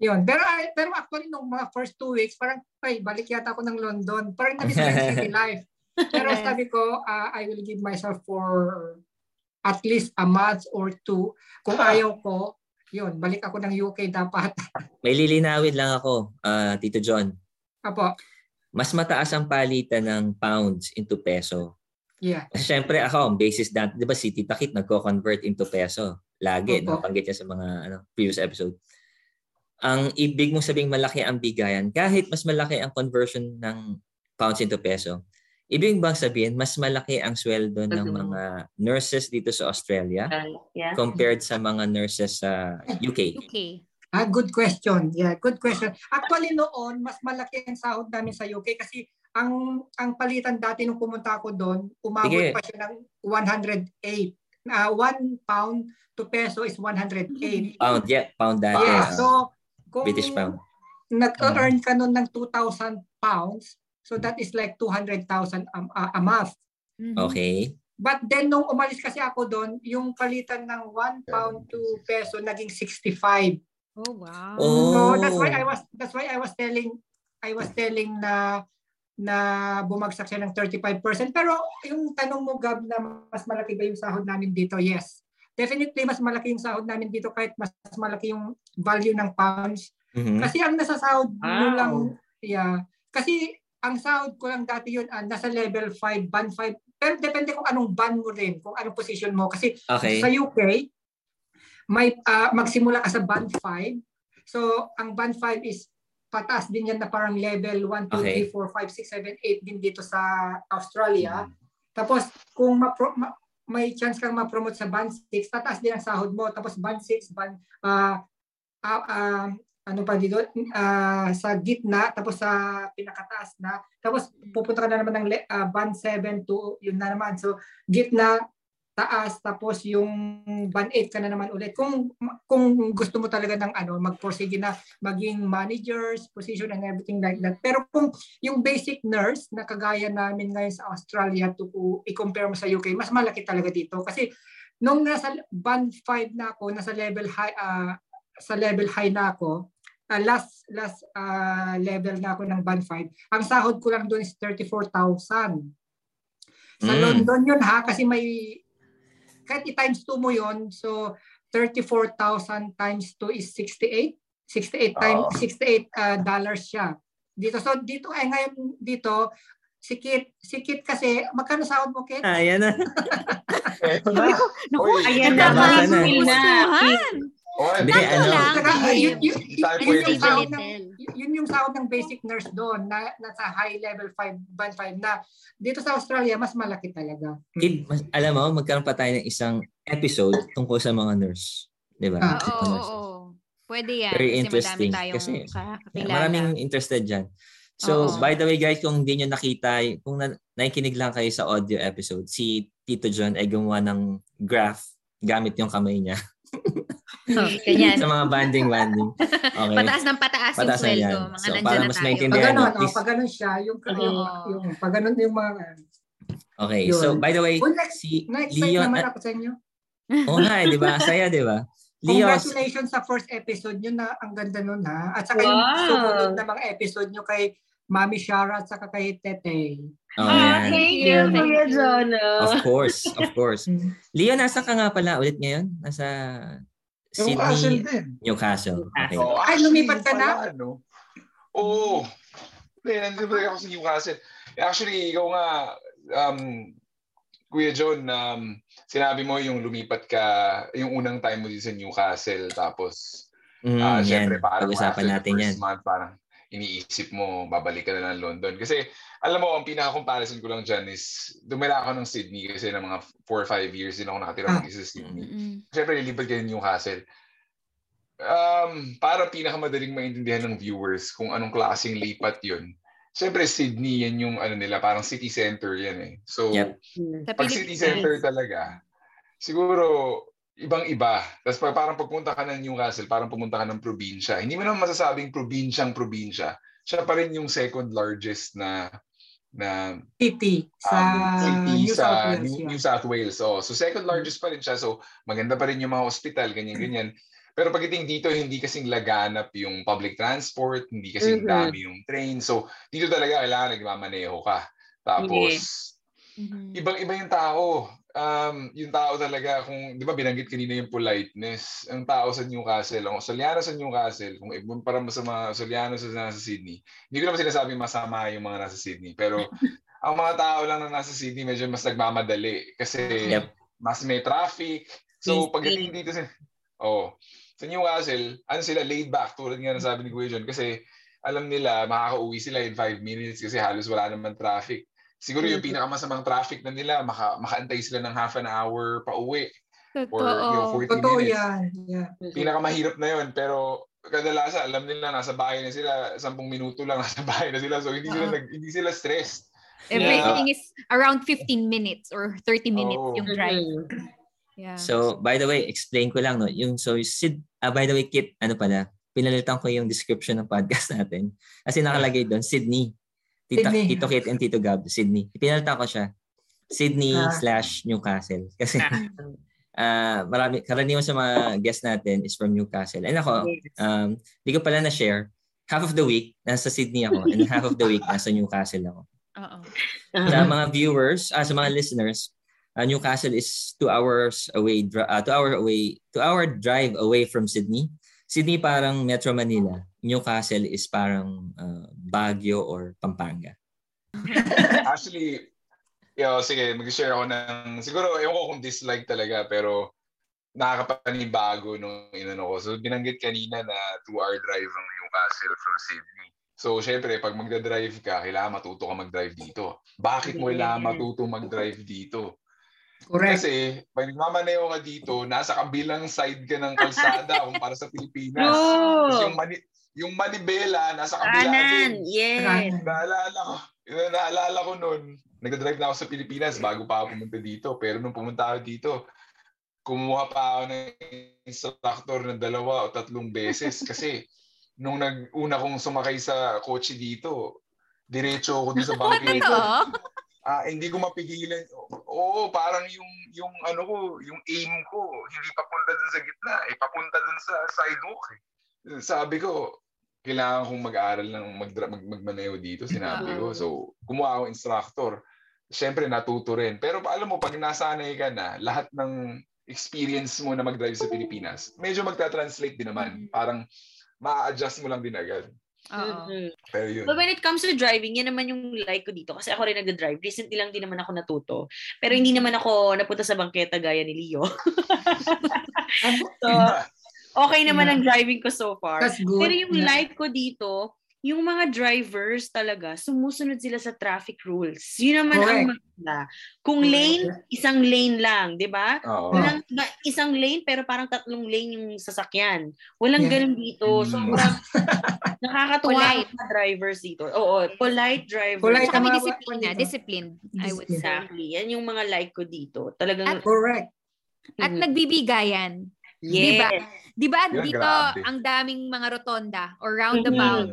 E: yun. Pero I- pero actually nung mga first two weeks, parang ay balik yata ako ng London. Parang nabis ko yung city life. Pero
A: Yes.
E: sabi ko, ah, I will give myself for at least a month or two. Kung ayaw ko, yun, balik ako ng UK dapat.
B: May lilinawin lang ako, ah, Tito John.
E: Apo,
B: Mas mataas ang palitan ng pounds into peso.
E: yeah.
B: Siyempre ako, ang basis dati, di ba si Tita Kit nagko-convert into peso? Lagi,
E: Opo.
B: napanggit niya sa mga ano, previous episode. Ang ibig mong sabing malaki ang bigayan, kahit mas malaki ang conversion ng pounds into peso, ibig bang sabihin, mas malaki ang sweldo ng
C: Mhm.
B: mga nurses dito sa Australia
C: Yeah.
B: compared sa mga nurses sa UK?
A: Okay.
E: Ah, good question. Yeah, good question. Actually noon, mas malaki ang sahod namin sa UK kasi ang ang palitan dati nung pumunta ako doon, umabot
B: Sige.
E: pa siya ng 108. Ah, 1 pound to peso is 108.
B: Mm-hmm. Pound, yeah, pound dati.
E: Yeah,
B: ah,
E: so kung
B: British pound. Mm-hmm.
E: nag-earn ka noon ng 2,000 pounds, so that is like 200,000 a, a- a month.
A: Mhm.
B: Okay.
E: But then nung umalis kasi ako doon, yung palitan ng 1 pound to peso naging 65.
A: Oh, wow.
B: Oh.
E: So that's why I was that's why I was telling I was telling na na bumagsak siya ng 35%. Pero yung tanong mo Gab na mas malaki ba yung sahod namin dito? Yes. Definitely mas malaki yung sahod namin dito kahit mas malaki yung value ng pounds.
B: Mhm.
E: Kasi ang nasa sahod mo
C: Wow.
E: lang yeah. Kasi ang sahod ko lang dati yun ah, nasa level 5, band 5. Pero depende kung anong band mo rin, kung anong position mo kasi
B: Okay.
E: sa UK, may ah, magsimula ka sa band 5. So, ang band 5 is pataas din yan na parang level 1, 2,
B: Okay.
E: 3, 4, 5, 6, 7, 8 din dito sa
B: Hmm.
E: Australia. Tapos, kung mapro- ma- may chance kang ma-promote sa band 6, tataas din ang sahod mo. Tapos, band 6, band, ah, ah, ah, ano pa dito, Ah, sa gitna, tapos sa pinakataas na. Tapos, pupunta ka na naman ng le- ah, band 7 to, yun na naman. So, gitna, taas tapos yung ban 8 ka na naman ulit kung kung gusto mo talaga ng ano mag-proceed na maging managers position and everything like that pero kung yung basic nurse na kagaya namin ngayon sa Australia to to i-compare mo sa UK mas malaki talaga dito kasi nung nasa band 5 na ako nasa level high ah, sa level high na ako ah, last last ah, level na ako ng band 5 ang sahod ko lang doon is 34,000 Sa
B: Mm.
E: London yun ha, kasi may, kahit i-times 2 mo yun, so 34,000 times 2 is 68. 68 times,
D: Oo.
E: 68 ah, dollars siya. Dito, so dito, ay ngayon dito, si Kit, si Kit kasi, magkano sahod
D: Ah,
E: mo, Kit?
B: Ayan na.
D: Eto na.
A: Naku,
D: Uy,
C: Ayan
B: na,
C: na,
B: Tama
A: Nakaka-
B: na.
C: feel na.
A: Gustuhan.
D: Oy,
B: Hindi,
D: basta-
B: ano.
A: lang.
E: Saka, ah, yun, yun,
D: Hindi tayo
E: yun, yung
D: pwede.
E: sahod ng,
A: Little.
E: yun yung sahod ng basic nurse doon na nasa high level 5 band 5 na dito sa Australia mas malaki talaga.
B: Kid, mas, alam mo, magkaroon pa tayo ng isang episode tungkol sa mga nurse. Di ba?
E: Ah,
A: Oo,
B: Mga
A: oo,
B: nurses.
A: oo. Pwede yan.
B: Very
A: kasi
B: interesting.
A: Madami tayong
B: Kasi,
A: ka-
B: Yeah,
A: kakilala.
B: maraming interested dyan. So,
A: Oo.
B: by the way guys, kung hindi nyo nakita, kung na, nakikinig lang kayo sa audio episode, si Tito John ay gumawa ng graph gamit yung kamay niya
A: Oh, ganyan.
B: sa mga banding-banding. Okay.
A: Pataas ng pataas,
B: Pataas
A: yung
B: na
A: sweldo.
B: yan.
A: Mga
B: So,
A: nandyan
B: para
A: na
B: mas
A: tayo.
B: maintindihan. Hindi,
E: Pag ganun,
B: ano,
E: oh,
B: is-
E: pag ganun siya, yung yung,
A: Oo.
E: yung pag ganun yung mga
B: Okay,
E: Yun.
B: so by the way,
E: Oh, next-
B: si
E: na-excite
B: Leon, ah,
E: naman ako sa inyo.
B: oh nga, di ba? Saya, di ba? Leon,
E: Congratulations sa first episode nyo na ang ganda nun ha. At saka yung
C: Wow.
E: sumunod na mga episode nyo kay Mami Shara at saka kay Tete.
B: oh, yan.
C: Ah, thank
A: you,
C: you,
A: thank
C: Kuya
A: you.
C: Jono.
B: Of course, of course.
E: Mm.
B: Leon, nasa ka nga pala ulit ngayon? Nasa
D: Yung Russell
B: Sydney,
D: din.
B: Newcastle. Okay.
D: Oo,
E: Ay, lumipat ka na?
D: pala, ano? Oo. Hindi, nandito pa rin ako sa Newcastle. Actually, ikaw nga, um, Kuya John, um, sinabi mo yung lumipat ka, yung unang time mo dito sa Newcastle, tapos
B: Mm,
E: Hmm,
D: Ah,
B: yan.
D: syempre, parang
B: Pag-usapan
D: after
B: natin
D: the
B: yan.
D: first month, parang iniisip mo, babalik ka na ng London. Kasi, alam mo, ang pinaka-comparison ko lang dyan is, dumala ako ng Sydney kasi ng mga 4 or 5 years din ako nakatira
E: Ah.
D: mag-isa sa Sydney.
A: Mm-mm.
D: Siyempre, nilipat kayo ng Newcastle. Um, parang pinakamadaling maintindihan ng viewers kung anong klaseng lipat yun. Siyempre, Sydney, yan yung ano nila, parang city center yan eh. So,
B: Yep.
A: Sa
D: pag city
A: Pilipinas.
D: center talaga, siguro ibang-iba. Tapos pag, parang pagpunta ka ng Newcastle, parang pumunta ka ng probinsya. Hindi mo naman masasabing probinsyang probinsya. Siya pa rin yung second largest na na
E: Titi sa
D: um, city
E: New South
D: sa
E: Wales. Mm-hmm.
D: New,
E: yun.
D: New South Wales. Oh, so second largest pa rin siya. So maganda pa rin yung mga hospital, ganyan-ganyan. Pero pagdating dito, hindi kasing laganap yung public transport, hindi kasing
E: Mm-hmm.
C: Mhm.
D: dami yung train. So dito talaga kailangan nagmamaneho ka. Tapos,
A: Mhm.
D: ibang-iba yung tao. Um, yung tao talaga, kung, di ba binanggit kanina yung politeness, ang tao sa Newcastle, ang Australiano sa Newcastle, kung ibang para sa mga Australiano sa nasa Sydney, hindi ko naman sinasabi masama yung mga nasa Sydney, pero ang mga tao lang na nasa Sydney medyo mas nagmamadali kasi
B: Yep.
D: mas may traffic. So
C: Busy.
D: pagdating dito sa oh, sa Newcastle, ano sila laid back tulad nga ng sabi ni Kuya John kasi alam nila makakauwi sila in 5 minutes kasi halos wala naman traffic. Siguro yung
E: Mm.
D: pinakamasamang traffic na nila, maka, makaantay sila ng half an hour pa uwi or yung
A: Totoo.
D: 40
E: Totoo
D: minutes
E: yan. Yeah.
D: pinakamahirap na yun. Pero kadalasan, alam nila, nasa bahay na sila. Sampung minuto lang, nasa bahay na sila. So, hindi sila,
A: Oo.
D: nag, hindi sila stressed.
A: Everything is around 15 minutes or 30 minutes
D: Oo.
A: yung drive. Yeah.
B: So, by the way, explain ko lang, no? Yung, so, Sid, ah, by the way, Kit, ano pala, pinalitan ko yung description ng podcast natin. Kasi nakalagay doon, Sydney. Tita,
E: Sydney.
B: Tito Kit and Tito Gab, Sydney. Pinalitan ko siya. Sydney
E: Ah.
B: slash Newcastle. Kasi ah marami, karaniwan sa mga guests natin is from Newcastle. And ako, um, di ko pala na-share. Half of the week, nasa Sydney ako. And half of the week, nasa Newcastle ako.
A: Oo.
B: sa mga viewers, ah, sa mga listeners, ah, Newcastle is two hours away, dri- ah, two hour away, two hour drive away from Sydney. Sydney parang Metro Manila. Newcastle is parang ah, Baguio or Pampanga.
D: Actually, yo, sige, mag-share ako ng, siguro, ewan ko kung dislike talaga, pero nakakapanibago nung inano ko. So, binanggit kanina na two-hour drive ang Newcastle from Sydney. So, syempre, pag magdadrive ka, kailangan matuto ka mag-drive dito. Bakit mo kailangan
C: Mm-hmm.
D: matuto mag-drive dito?
E: Correct.
D: Kasi pag nagmamaneho ka dito, nasa kabilang side ka ng kalsada kung para sa Pilipinas. Tapos
C: True.
D: yung, mani, yung manibela, nasa kabila
C: Kanan.
D: din.
C: Yes.
D: Naalala ko, yun, naalala ko noon, nagdadrive na ako sa Pilipinas bago pa ako pumunta dito. Pero nung pumunta ako dito, kumuha pa ako ng instructor na dalawa o tatlong beses kasi nung nag una kong sumakay sa kotse dito, diretso ako dun sa bangkito.
A: Totoo.
D: Ah, hindi ko mapigilan. Oo, parang yung yung ano ko, yung aim ko, hindi papunta dun sa gitna, eh papunta dun sa sidewalk. Eh. Sabi
A: Ah.
D: ko, kailangan kong mag-aral ng mag, mag magmaneho dito, sinabi ko. So, kumuha ako ng instructor. syempre natuto rin. Pero alam mo, pag nasanay ka na, lahat ng experience mo na mag-drive sa Pilipinas, medyo magta-translate din
A: Mm.
D: naman. Parang ma-adjust mo lang din agad.
A: Oo.
C: Mhm.
D: Pero yun.
C: But when it comes to driving, yan naman yung like ko dito. Kasi ako rin nag-drive. Recently lang din naman ako natuto. Pero hindi naman ako napunta sa bangketa gaya ni Leo. so, okay naman ang driving ko so far.
E: That's good.
C: Pero yung
E: Yeah.
C: like ko dito, yung mga drivers talaga, sumusunod sila sa traffic rules. Yun naman ang maganda. Kung lane, isang lane lang, di ba?
D: Oo.
C: Walang na- isang lane pero parang tatlong lane yung sasakyan. Walang
E: Yeah.
C: ganun dito.
D: Mm.
C: Sobrang nakakatuwa
A: Polite.
C: ang mga drivers dito. Oo, polite drivers.
E: Polite
A: Tsaka may
E: Tama,
A: disiplina,
E: wala-
A: disciplined, I would say.
C: Exactly. Yan yung mga like ko dito. Talagang, mm,
E: Correct.
A: At nagbibigayan.
C: yes.
A: diba? Di ba
D: Yun,
A: dito
D: grabe.
A: ang daming mga rotonda or
D: Mm.
A: roundabout?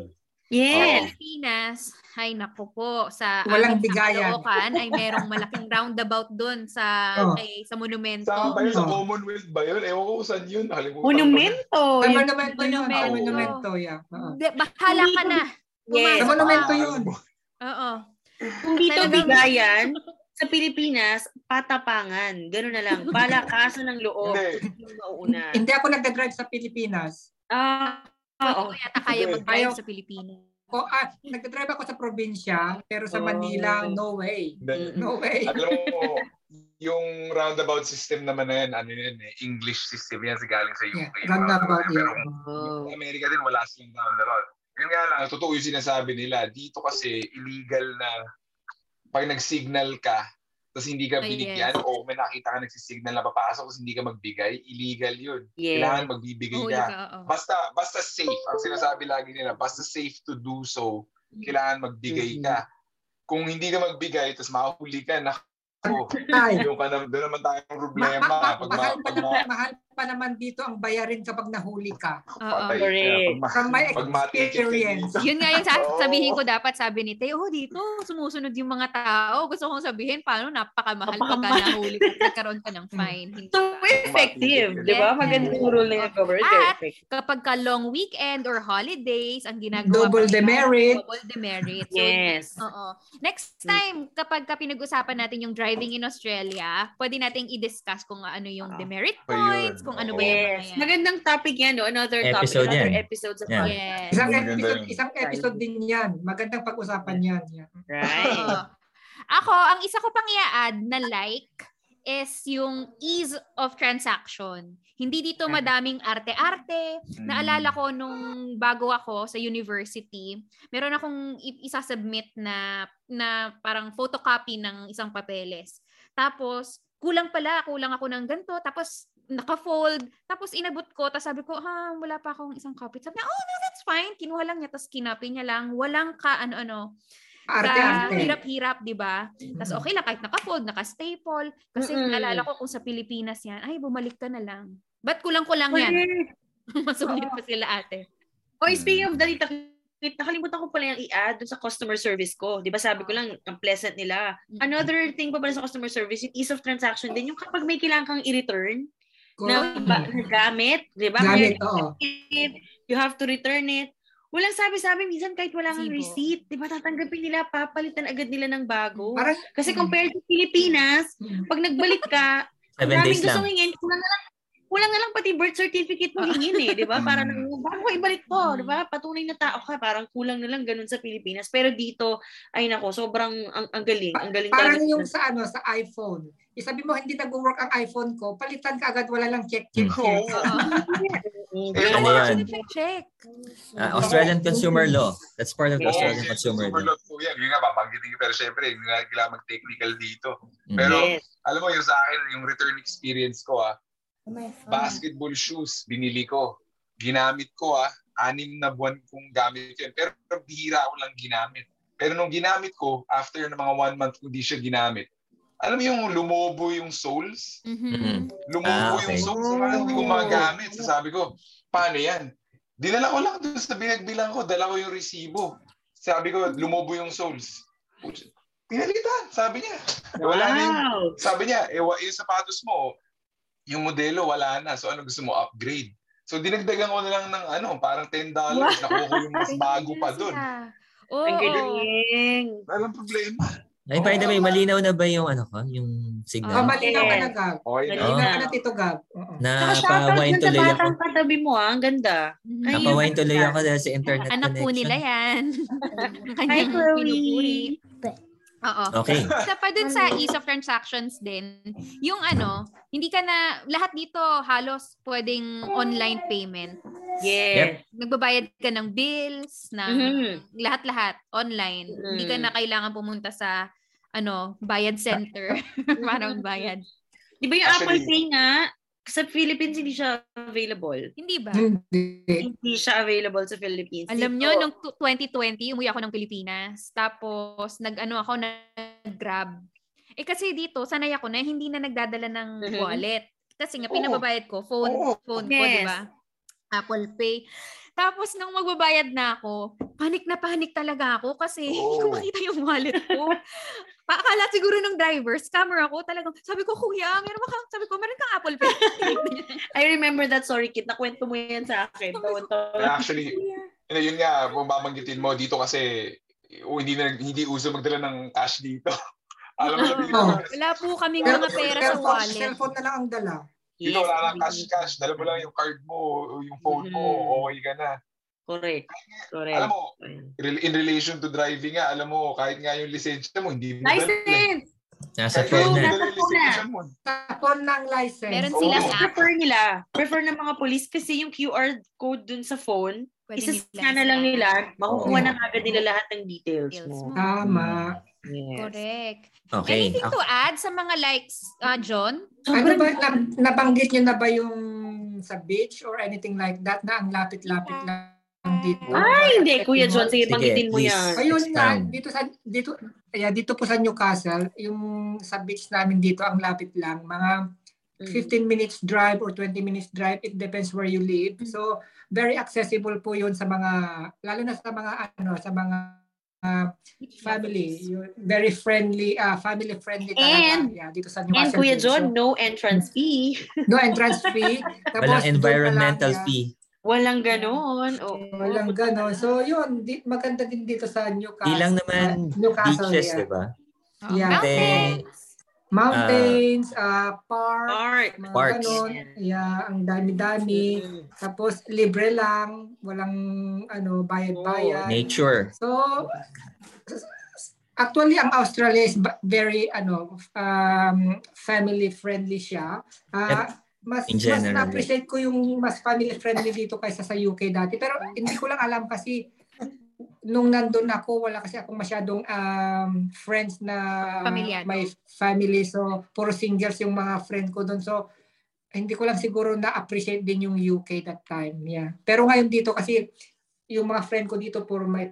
C: Yes.
A: Pilipinas, ay nako po, sa amin,
E: Walang
A: sa
E: bigayan.
A: Caloocan, ay merong malaking roundabout doon sa
E: Oh.
A: kay, sa monumento.
D: Saan ba yun? Sa
E: Oo.
D: Commonwealth ba yun? Ewan ko kung saan yun. Nakalimutan ko na.
C: Monumento.
E: Sa
C: Yun.
E: monumento yun. Sa
A: monumento.
E: monumento, yeah. Oo.
A: Di, bahala ka na.
E: Sa
C: Yes.
A: Tama.
E: monumento
D: Ah,
E: yun.
A: Oo.
C: Kung dito
A: Talagang-
C: bigayan, sa Pilipinas, patapangan. Ganun na lang. Palakasan ng loob.
D: Hindi.
C: Yung mauna.
E: Hindi ako nagdadrive sa Pilipinas.
C: Ah, oo.
A: Hindi ko yata kaya
D: Hindi.
A: mag-drive
E: Ayaw.
A: sa Pilipinas.
E: Ko, ah, nagdadrive ako sa probinsya, pero sa
C: Oh.
E: Manila, no way.
D: Hindi.
E: No way.
D: Alam mo, yung roundabout system naman na yan, ano yun eh, English system yan, galing sa
E: Yeah,
D: UK.
E: roundabout,
D: Pero
E: yeah.
C: Oh.
D: Sa Amerika din, wala silang roundabout. Yun nga lang, totoo yung sinasabi nila. Dito kasi, illegal na pag nag-signal ka, tapos hindi ka
A: Ay,
D: binigyan,
A: yes.
D: o may nakita ka nagsisignal na papasok, tapos hindi ka magbigay, illegal yun.
C: Yeah.
D: Kailangan magbibigay
A: Mahuli
D: ka.
A: ka, oo.
D: Basta, basta safe. Ang sinasabi lagi nila, basta safe to do so, kailangan magbigay
E: Mm-hmm.
C: Mhm.
D: ka. Kung hindi ka magbigay, tapos makahuli ka, nako,
E: Ay,
D: yung ka na, doon naman tayong
E: ma-
D: problema.
E: ma- ma-
D: pag
E: mahal, pa
D: pag
E: naman, mahal pa naman dito ang bayarin kapag nahuli ka.
A: Oo.
D: mapatay ka,
C: Correct.
D: pag ma-
E: From my
D: pag matikit ka
E: experience.
D: dito.
A: Yun nga yung
D: Oo.
A: sasabihin ko dapat sabi ni Tay, oh dito, sumusunod yung mga tao. Gusto kong sabihin, paano napakamahal pagka
C: Napakamahal.
A: nahuli ka, nagkaroon ka ng fine. Hindi
C: So,
A: ba?
C: effective, di ba? Maganda yung rule
A: Ah.
C: na yung government.
A: At-
C: Perfect.
A: Kapag ka long weekend or holidays, ang ginagawa
E: Double
A: pa nila,
E: demerit.
A: Double demerit. So,
C: Yes.
A: Oo. Next time, kapag ka pinag-usapan natin yung driving in Australia, pwede nating i-discuss kung ano yung
C: Ah.
A: demerit
D: Ayun.
A: points, kung ano ba yung mga
C: Yes.
A: yan.
C: Magandang topic yan, no? Another topic,
B: Episode
C: another
B: yan.
C: episode sa
B: Yan.
C: podcast.
A: Yes.
E: Isang
D: Maganda
E: episode,
D: yun.
E: isang episode din yan. Magandang pag-usapan yan. Yeah.
C: Right.
A: Oo. Ako, ang isa ko pang i-add na like is yung ease of transaction. Hindi dito madaming arte-arte.
D: Mm.
A: Naalala ko nung bago ako sa university, meron akong i- isasubmit na, na parang photocopy ng isang papeles. Tapos, kulang pala, kulang ako ng ganito. Tapos, naka-fold. Tapos, inabot ko. Tapos sabi ko, ha, wala pa akong isang copy. Sabi niya, oh, no, that's fine. Kinuha lang niya. Tapos, kinapi niya lang. Walang ka, ano-ano sa
E: Arte-arte.
A: hirap-hirap, di ba? Tapos okay lang, kahit naka-fold, naka-staple. Kasi
C: Mm-mm.
A: naalala ko kung sa Pilipinas yan, ay, bumalik ka na lang. Ba't kulang-kulang yan?
C: Correct.
A: Masulit pa sila ate.
C: Oh,
B: Mm.
C: speaking of that, nakakit- nakalimutan ko pala yung i-add dun sa customer service ko. Di ba sabi ko lang, ang pleasant nila. Another thing pa pala sa customer service, yung ease of transaction din, yung kapag may kailangan kang i-return na, ba, na gamit, di ba?
E: Mm. Gamit,
C: Kaya-
E: oo.
C: it, you have to return it. Walang sabi-sabi, minsan kahit wala kang
A: Zibo.
C: receipt, di ba tatanggapin nila, papalitan agad nila ng bago.
E: Parang,
C: Kasi compared to Pilipinas, pag nagbalik ka, ang
B: Seven days
C: daming
B: lang.
C: gustong hingin, kulang na lang, kulang na lang pati birth certificate mo hingin eh, di ba? Para nang, bago ko ibalik po, di ba? Patunay na tao ka, parang kulang na lang ganun sa Pilipinas. Pero dito, ay nako, sobrang ang, ang galing, ang galing
E: parang
C: talaga.
E: yung sa ano sa iPhone. Isabi mo hindi nag-work ang iPhone ko, palitan ka agad wala lang check check. check.
D: Mm. Oo.
C: Oo.
D: Eh,
B: Ano yan?
A: Ano check.
B: Ah, Australian consumer law. That's part of the Australian
D: Oo,
B: consumer
D: super
B: law.
D: lot po yan. Yun nga, babanggitin ko. Pero syempre, hindi na kailangan mag-technical dito.
B: Mm.
D: Pero,
C: Yes.
D: alam mo, yung sa akin, yung return experience ko, ah, basketball shoes, binili ko. Ginamit ko, ah, anim na buwan kong gamit yun. Pero bihira ako lang ginamit. Pero nung ginamit ko, after ng mga one month kung di siya ginamit, alam mo yung lumobo yung soles?
A: Mhm.
D: Lumuko
B: Ah, okay.
D: yung soap. So, parang hindi ko magamit. So, sabi ko, paano yan? Dinala ko lang doon sa binagbilang ko. Dala ko yung resibo. Sabi ko, lumobo yung souls. Pinalitan, sabi niya. Eh, wala na yung,
C: Wow.
D: sabi niya, eh, wa- yung sapatos mo, yung modelo, wala na. So, ano gusto mo, upgrade? So, dinagdagan ko na lang ng ano, parang $10.
B: Mm-hmm.
D: Nakuha ko yung mas bago pa doon.
A: Oo.
C: Ang galing.
D: Walang problema.
B: Mm-hmm. Ay, by the way, malinaw na ba yung ano ko? Yung
E: Ah,
B: signal?
C: Tama.
E: malinaw ka na, Gab.
D: Okay
C: Dali
E: Malinaw
B: Oo.
E: ka na, Tito Gab. Oo.
C: Saka
B: na
C: shoutout
B: pawain Ah,
C: dun sa
B: tuloy ako.
C: batang katabi mo ah. Ang ganda.
A: Mhm.
C: Ay,
B: Napawain
C: yun
B: tuloy
C: ang-
B: ako dahil sa internet
A: Anak po nila eh. yan.
B: connection.
A: Ang
C: Hi,
A: kanyang pinupuri.
C: Chloe.
A: Oo.
B: Okay.
A: Isa pa dun sa ease of transactions din, yung ano, hindi ka na, lahat dito halos pwedeng online payment.
C: Yes.
A: Nagbabayad ka ng bills, ng
C: Mhm.
A: lahat-lahat, online. Hindi ka
C: Mm.
A: na kailangan pumunta sa ano, bayad center para magbayad.
C: Di ba yung
D: Actually-
C: Apple Pay nga, sa Philippines hindi siya available.
A: Hindi ba?
E: Hindi.
C: Hindi siya available sa Philippines.
A: Alam
C: Dito,
A: nyo, nung tu- 2020, umuwi ako ng Pilipinas. Tapos, nag-ano ako, nag-grab. Eh kasi dito, sanay ako na hindi na nagdadala ng
C: Mhm.
A: wallet. Kasi nga,
D: Mm-hmm. Oo.
A: pinababayad ko, phone,
D: Oo.
A: phone ko, di
C: Yes.
A: ba? Apple Pay. Tapos, nung magbabayad na ako, panik na panik talaga ako kasi hindi ko
D: Oo.
A: makita yung wallet ko. Paakala siguro ng driver, scammer ako. Talagang, sabi ko, kuya, meron ba kang, sabi ko, meron kang Apple Pay.
C: I remember that, sorry kid, nakwento mo yan sa akin.
D: And
C: Tawan-tawan.
D: actually, yun, yun nga, kung babanggitin mo dito kasi oh, hindi na hindi uso magdala ng cash dito. Alam mo na dito.
E: Oo.
A: Wala po kaming
D: Pero-
A: mga pera sa
E: cellphone,
A: wallet.
E: cellphone na lang ang dala.
D: Dito wala lang cash cash. Dala mo lang yung card mo, o yung phone mo,
C: Mhm.
D: okay ka na.
C: Correct. Correct.
D: Alam mo, rel- in relation to driving nga, alam mo, kahit nga yung lisensya mo, hindi mo dala. eh.
C: License!
B: Nasa
D: Kahit
B: phone na.
D: hindi mo dala yung lisensya mo.
E: Sa phone ng license.
A: Meron
D: Oo.
A: silang
D: Oo.
A: app.
C: Prefer nila. Prefer ng mga police kasi yung QR code dun sa phone,
A: Pwede
C: isa-scan na
A: nilang
C: lang nila, makukuha
B: Oo.
C: na agad nila lahat ng details
A: Details
C: mo.
A: mo.
E: Ah, Tama.
C: Yes.
A: Correct.
B: Okay.
A: Anything to add sa mga likes, ah, John?
E: Ano ba, na, nabanggit nyo na ba yung sa beach or anything like that na ang lapit-lapit lang dito?
C: Ay, hindi, Kuya John. Sige,
B: Sige,
C: banggitin mo
B: please.
C: yan.
E: Ayun nga,
B: Expound.
E: dito sa dito yeah, dito po sa Newcastle, yung sa beach namin dito ang lapit lang, mga
C: Mm.
E: 15 minutes drive or 20 minutes drive, it depends where you live. So, very accessible po 'yun sa mga lalo na sa mga ano, sa mga ah, family, Yun, very friendly, ah, family friendly talaga.
C: And-
E: yeah, dito sa
C: And
E: Newcastle.
C: Kuya
E: Beach.
C: John, no entrance fee.
E: So, no entrance fee. Tapos, doon
B: Walang
E: pa lang,
B: environmental
E: yeah.
B: fee.
C: Walang ganon. Oo.
E: Walang ganon. So, yun, di, maganda din dito sa Newcastle.
B: Di lang naman
E: Ah, Newcastle,
B: beaches,
E: yeah.
B: di ba?
A: Oh,
E: Yeah.
A: Mountain.
E: Mountains, ah park,
C: Art.
E: mga
B: Parks.
E: ganun. Yeah, ang dami-dami.
C: Mm-hmm.
E: Tapos libre lang, walang ano bayad-bayad.
B: Nature.
E: So actually ang Australia is ba- very ano um, family friendly siya. Ah, mas
B: in
E: mas
B: general,
E: na-appreciate ko yung mas family friendly dito kaysa sa UK dati. Pero hindi ko lang alam kasi nung nandun ako, wala kasi akong masyadong um, friends na
A: Pamilyado.
E: may family. So, puro singles yung mga friend ko doon. So, hindi ko lang siguro na-appreciate din yung UK that time. Yeah. Pero ngayon dito kasi yung mga friend ko dito puro may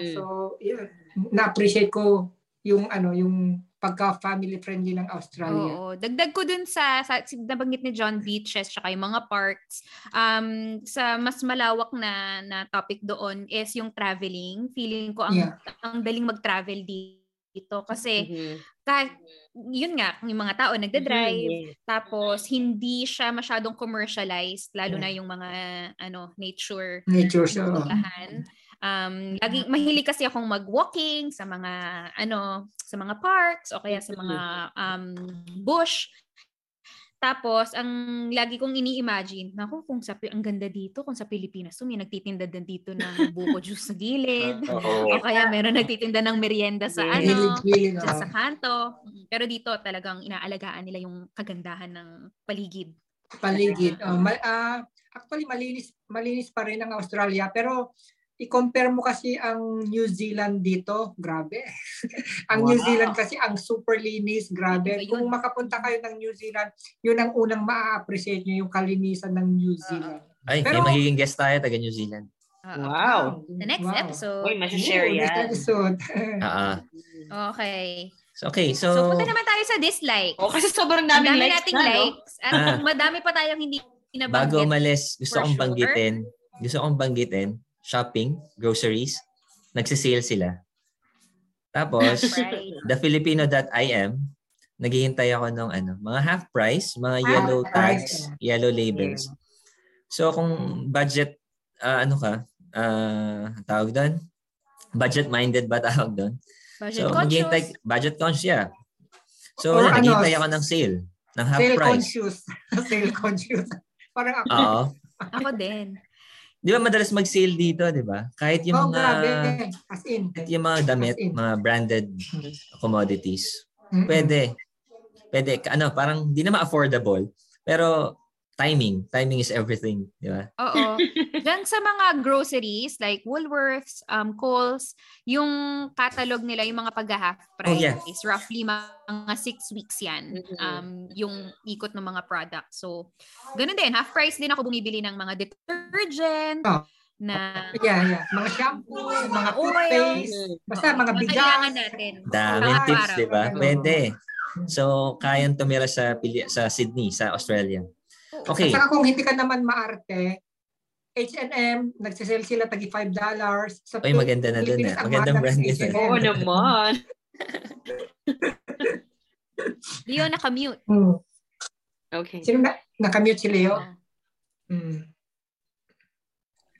A: Hmm.
C: Mm.
E: So, yeah, na-appreciate ko yung ano, yung pagka-family friendly ng Australia.
A: Oo. Dagdag ko dun sa, sa si- nabanggit ni John beaches tsaka yung mga parks. Um, sa mas malawak na na topic doon is yung traveling. Feeling ko ang
E: Yeah.
A: ang daling mag-travel dito kasi
C: Mhm.
A: kahit yun nga, yung mga tao nagde-drive,
C: Mm-hmm.
A: Tapos hindi siya masyadong commercialized lalo na yung mga ano nature
E: Nature siya.
A: Ano?
E: oh.
A: puntahan. Um lagi mahilig kasi akong mag-walking sa mga ano sa mga parks o kaya sa mga um bush. Tapos ang lagi kong ini-imagine, naku kung sa Pi- ang ganda dito kung sa Pilipinas, so may nagtitinda din dito ng buko juice sa gilid.
D: Oo.
A: O kaya meron nagtitinda ng merienda sa ano
E: Gilid-gilid,
A: dyan
E: oh.
A: sa kanto. Pero dito talagang inaalagaan nila yung kagandahan ng paligid.
E: paligid. Oh, mal, ah, actually, malinis, malinis pa rin ang Australia. Pero i-compare mo kasi ang New Zealand dito, grabe. ang New
C: Wow.
E: Zealand kasi ang super linis, grabe.
A: Iba yun.
E: Kung makapunta kayo ng New Zealand, yun ang unang ma-appreciate nyo, yung kalinisan ng New Zealand.
B: Ay, may
E: Pero-
B: magiging guest tayo taga New Zealand.
A: Ah,
C: Wow.
A: The next
E: Wow.
C: Uy,
A: episode.
C: masashare
E: Ooh, next
C: yan.
E: episode.
B: Ah, ah.
A: Okay.
B: So, okay,
A: So,
B: so... oh.
A: punta naman tayo sa dislike.
C: Oh, kasi sobrang
A: Ang
C: daming
A: dami
C: likes
A: nating
C: na, no?
A: likes. At
B: Ah.
A: madami pa tayong hindi
B: Bago
A: kinabanggit.
B: umalis, gusto
A: For
B: kong
A: sure.
B: banggitin, gusto kong banggitin, shopping, groceries, nagsisale sila. Tapos,
A: Right.
B: thefilipino.im, naghihintay ako ng ano, mga half price, mga
A: Half
B: yellow
E: price.
B: tags, yellow labels. So kung budget, ah, ano ka, ah, ang tawag doon? Budget-minded ba tawag doon?
A: Budget
B: So,
A: conscious.
B: maghihintay, budget conscious, yeah. So,
E: Or
B: wala,
E: ano,
B: naghihintay ako ng sale, ng half
E: Sale
B: price.
E: conscious. Sale conscious. Parang ako.
B: Oo.
A: Ako din.
B: Di ba madalas mag-sale dito, di ba? Kahit
E: oh,
B: yung mga,
E: grabe. As in.
B: kahit yung mga damit,
E: As in.
B: mga branded commodities,
E: Mm-mm.
B: pwede. Pwede. Ka- Ano, parang di naman affordable, pero timing. Timing is everything, di ba?
A: Oo. Diyan sa mga groceries like Woolworths, um, Coles, yung catalog nila, yung mga pag-half price
B: Oh, yeah.
A: is roughly mga six weeks yan.
C: Mhm.
A: Um, yung ikot ng mga products. So, ganun din. Half price din ako bumibili ng mga detergent,
E: Oh.
A: na
E: Yeah, yeah. Mga shampoo, mga
A: Oil.
E: toothpaste, basta
A: Oo,
E: mga
A: Oh kailangan
E: bigas.
A: natin.
B: Daming
A: Tama,
B: tips,
A: parang.
B: di ba?
E: Oo.
B: Pwede. So, kayang tumira sa, Pili- sa Sydney, sa Australia.
A: Oo.
B: Okay.
E: Saka kung hindi ka naman maarte, H&M, nagsisale sila tagi $5. Sa
B: Uy, maganda na dun eh.
E: Pilipinas, ang
B: Magandang
E: mahal
B: brand
E: ng
B: yun eh.
E: H&M.
C: Oo naman.
A: Leo, nakamute.
E: Hmm.
C: Okay.
E: Sino na? Nakamute si Leo?
C: Ah.
E: Hmm.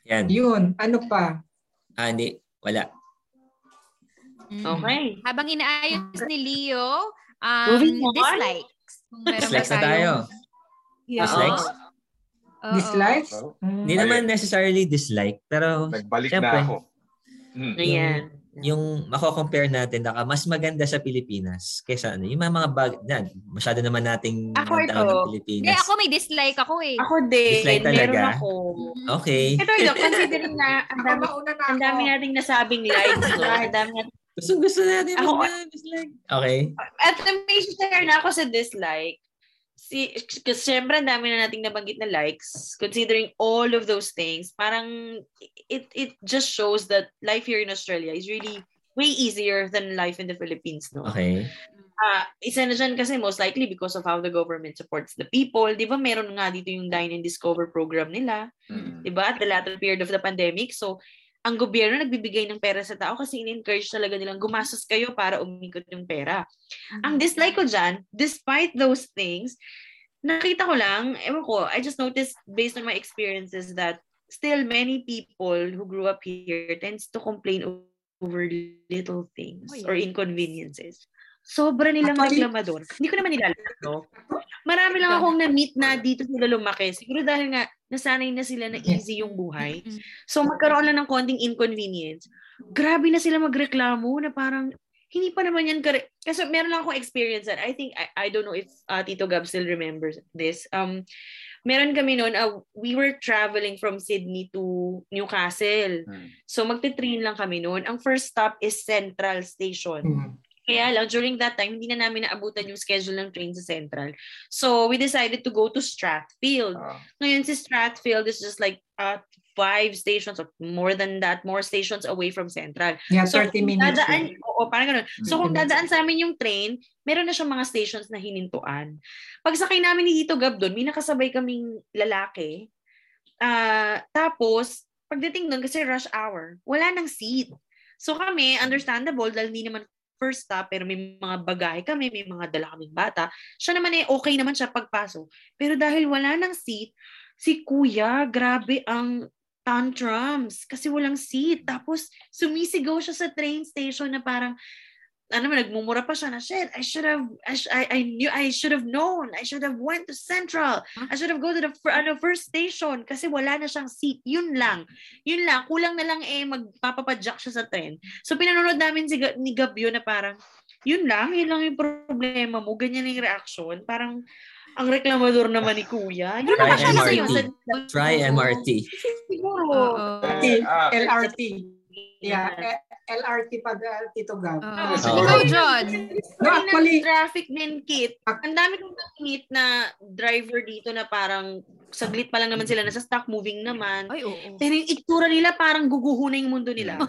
B: Yan.
E: Yun, ano pa?
B: Ah, hindi. Wala.
A: Mm.
C: Okay.
A: Habang inaayos ni Leo, um,
C: Moving on.
A: dislikes. Kung meron ba
B: Dislikes na tayo.
A: tayong-
C: Yeah.
B: Dislikes?
A: Oo.
E: Dislikes?
D: So,
E: Hmm.
B: Hindi naman necessarily dislike, pero
D: nagbalik
B: Siyempre.
D: na ako. Hmm.
C: Ano yan?
B: yung mako-compare natin, naka mas maganda sa Pilipinas kaysa ano, yung mga mga bag, yan, masyado naman nating
C: Ako
B: ang tao
C: ito.
B: ng
A: Hindi,
B: Pilipinas.
A: Eh, ako may dislike ako eh. Mm-hmm.
C: Ako din.
B: Dislike talaga?
C: Meron ako.
B: Okay.
C: Ito yun, considering na ang
E: Ako
C: dami,
E: mauna na
C: ang
E: ako.
C: dami nating nasabing likes. No? Ang dami nating,
B: Gusto gusto natin
C: Ako-
B: mag- dislike. Okay.
C: at may share na ako sa dislike. Si, kasi syempre ang dami na nating nabanggit na likes. Considering all of those things, parang it it just shows that life here in Australia is really way easier than life in the Philippines. No?
B: Okay.
C: Ah, isa na dyan kasi most likely because of how the government supports the people. Di ba meron nga dito yung Dine and Discover program nila?
D: Hmm.
C: Diba? At the latter period of the pandemic. So, ang gobyerno nagbibigay ng pera sa tao kasi in-encourage talaga nilang gumastos kayo para umikot yung pera. Ang dislike ko dyan, despite those things, nakita ko lang, ewan ko, I just noticed based on my experiences that still many people who grew up here tends to complain o- over little things
A: Oh, yeah.
C: or inconveniences. Sobra nilang
E: Actually-
C: maglama doon. Hindi ko naman nilala, no? Marami lang akong na-meet na dito sila lumaki. Siguro dahil nga nasanay na sila na
E: Yes.
C: easy yung buhay.
A: Mm.
C: So magkaroon lang ng konting inconvenience. Grabe na sila magreklamo na parang hindi pa naman yan kare- kasi meron lang akong experience that I think I, I don't know if uh, Tito Gab still remembers this. Um meron kami noon uh, we were traveling from Sydney to Newcastle.
D: Hmm.
C: So magte-train lang kami noon. Ang first stop is Central Station.
E: Hmm.
C: Kaya lang, during that time, hindi na namin naabutan yung schedule ng train sa Central. So, we decided to go to Strathfield.
D: Ah.
C: Ngayon, si Strathfield is just like uh, five stations or more than that, more stations away from Central.
E: Yeah,
C: So,
E: 30
C: kung
E: minutes.
C: Dadaan, oo, parang ganun. So, kung
E: 30 minutes.
C: dadaan sa amin yung train, meron na siyang mga stations na hinintuan. Pag sakay namin ni Tito Gab doon, may nakasabay kaming lalaki. Ah, tapos, pagdating doon, kasi rush hour, wala nang seat. So kami, understandable, dahil hindi naman first stop, pero may mga bagahe kami, may mga dala kaming bata. Siya naman eh, okay naman siya pagpasok. Pero dahil wala nang seat, si kuya, grabe ang tantrums kasi walang seat. Tapos sumisigaw siya sa train station na parang ano man, nagmumura pa siya na, shit, I should have, I, sh- I, I knew, I should have known, I should have went to Central, I should have go to the fir- ano, first station kasi wala na siyang seat. Yun lang. Yun lang. Kulang na lang eh, magpapapadyak siya sa train. So, pinanonood namin si, Ga- ni Gab yun na parang, yun lang, yun lang yung problema mo, ganyan na yung reaction. Parang, ang reklamador naman ni Kuya.
B: Try
C: Yun naman siya
B: MRT.
C: sa'yo. Sa,
B: Try MRT.
C: siguro.
A: Oo.
D: Eh,
E: T-
D: ah,
E: LRT. Yeah, eh, LRT pag uh, Tito Gab.
C: Oh.
A: Oo.
D: Siguro.
A: Ikaw, John.
E: No, actually-
C: Actually, traffic din, Kit. Ang dami kong nakikit na driver dito na parang saglit pa lang naman sila nasa stock, moving naman.
A: Ay, oo.
C: Pero yung itsura nila parang guguho na yung mundo nila.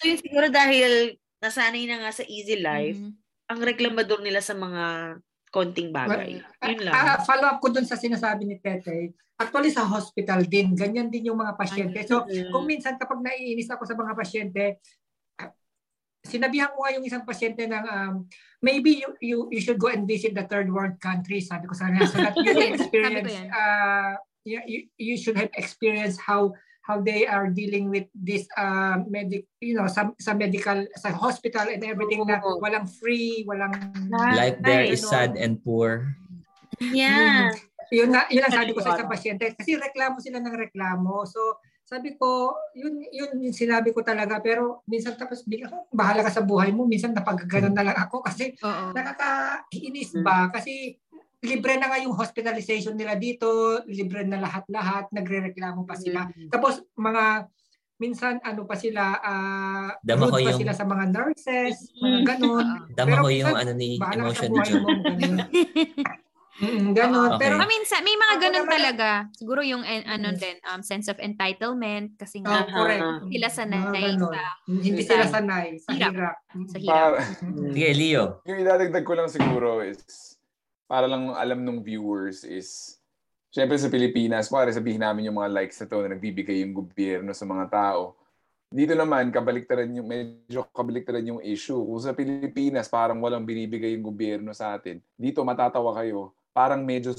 C: So yun siguro dahil nasanay na nga sa easy life,
A: Mhm.
E: Mm-hmm.
C: ang reklamador nila sa mga konting bagay. Yun lang.
E: Ah, follow up ko dun sa sinasabi ni Tete. Actually sa hospital din, ganyan din yung mga pasyente. So
C: Mm.
E: kung minsan kapag naiinis ako sa mga pasyente, ah, sinabihan ko nga yung isang pasyente ng um, maybe you, you you should go and visit the third world countries. Sabi ko sa kanya, so that
A: Sabi
E: you
A: ko
E: experience, ah,
A: yan.
E: uh, you, you- you should have experienced how how they are dealing with this uh, medic, you know, some sa medical, sa hospital and everything na
C: Oo.
E: walang free, walang... Ah,
C: Wow.
B: Life there
C: Ay,
B: is sad and poor.
C: Yeah.
E: Yun, na, yun ang sabi ko sa isang pasyente. Kasi reklamo sila ng reklamo. So, sabi ko, yun, yun yung sinabi ko talaga. Pero minsan tapos, bigla ko, bahala ka sa buhay mo. Minsan napagkaganon na lang ako kasi
A: Oo.
E: nakakainis ba? Kasi libre na nga yung hospitalization nila dito, libre na lahat-lahat, nagrereklamo pa
C: Hmm.
E: sila. Tapos mga minsan ano pa sila, ah,
B: Dama ko
E: rude pa
B: yung-
E: sila sa mga nurses, mga ganun.
A: Oo.
B: Dama
E: Pero
B: ko yung
E: minsan,
B: ano ni
E: Bahala ka sa
B: emotion ni
E: buhay
B: John.
E: mo. Ganun. Mm, ganun.
B: Okay.
E: Pero
A: Ah, minsan, may mga
E: Ako
A: ganun
E: naman-
A: talaga. Siguro yung eh, ano
E: Mm.
A: din, um, sense of entitlement kasi
E: Oh,
A: nga
C: Ah.
E: correct.
A: sila sanay
E: Mga ganun.
A: sa,
E: Hindi
A: sa-
E: sila sanay sa
A: hirap.
E: hirap. Mm.
A: sa hirap.
D: Para,
B: Sige, Leo.
D: yung idadagdag ko lang siguro is, para lang alam ng viewers is, syempre sa Pilipinas, pare sabihin namin yung mga likes na to na nagbibigay yung gobyerno sa mga tao. Dito naman, kabaliktaran yung, medyo kabaliktaran yung issue. Kung sa Pilipinas, parang walang binibigay yung gobyerno sa atin. Dito, matatawa kayo. Parang medyo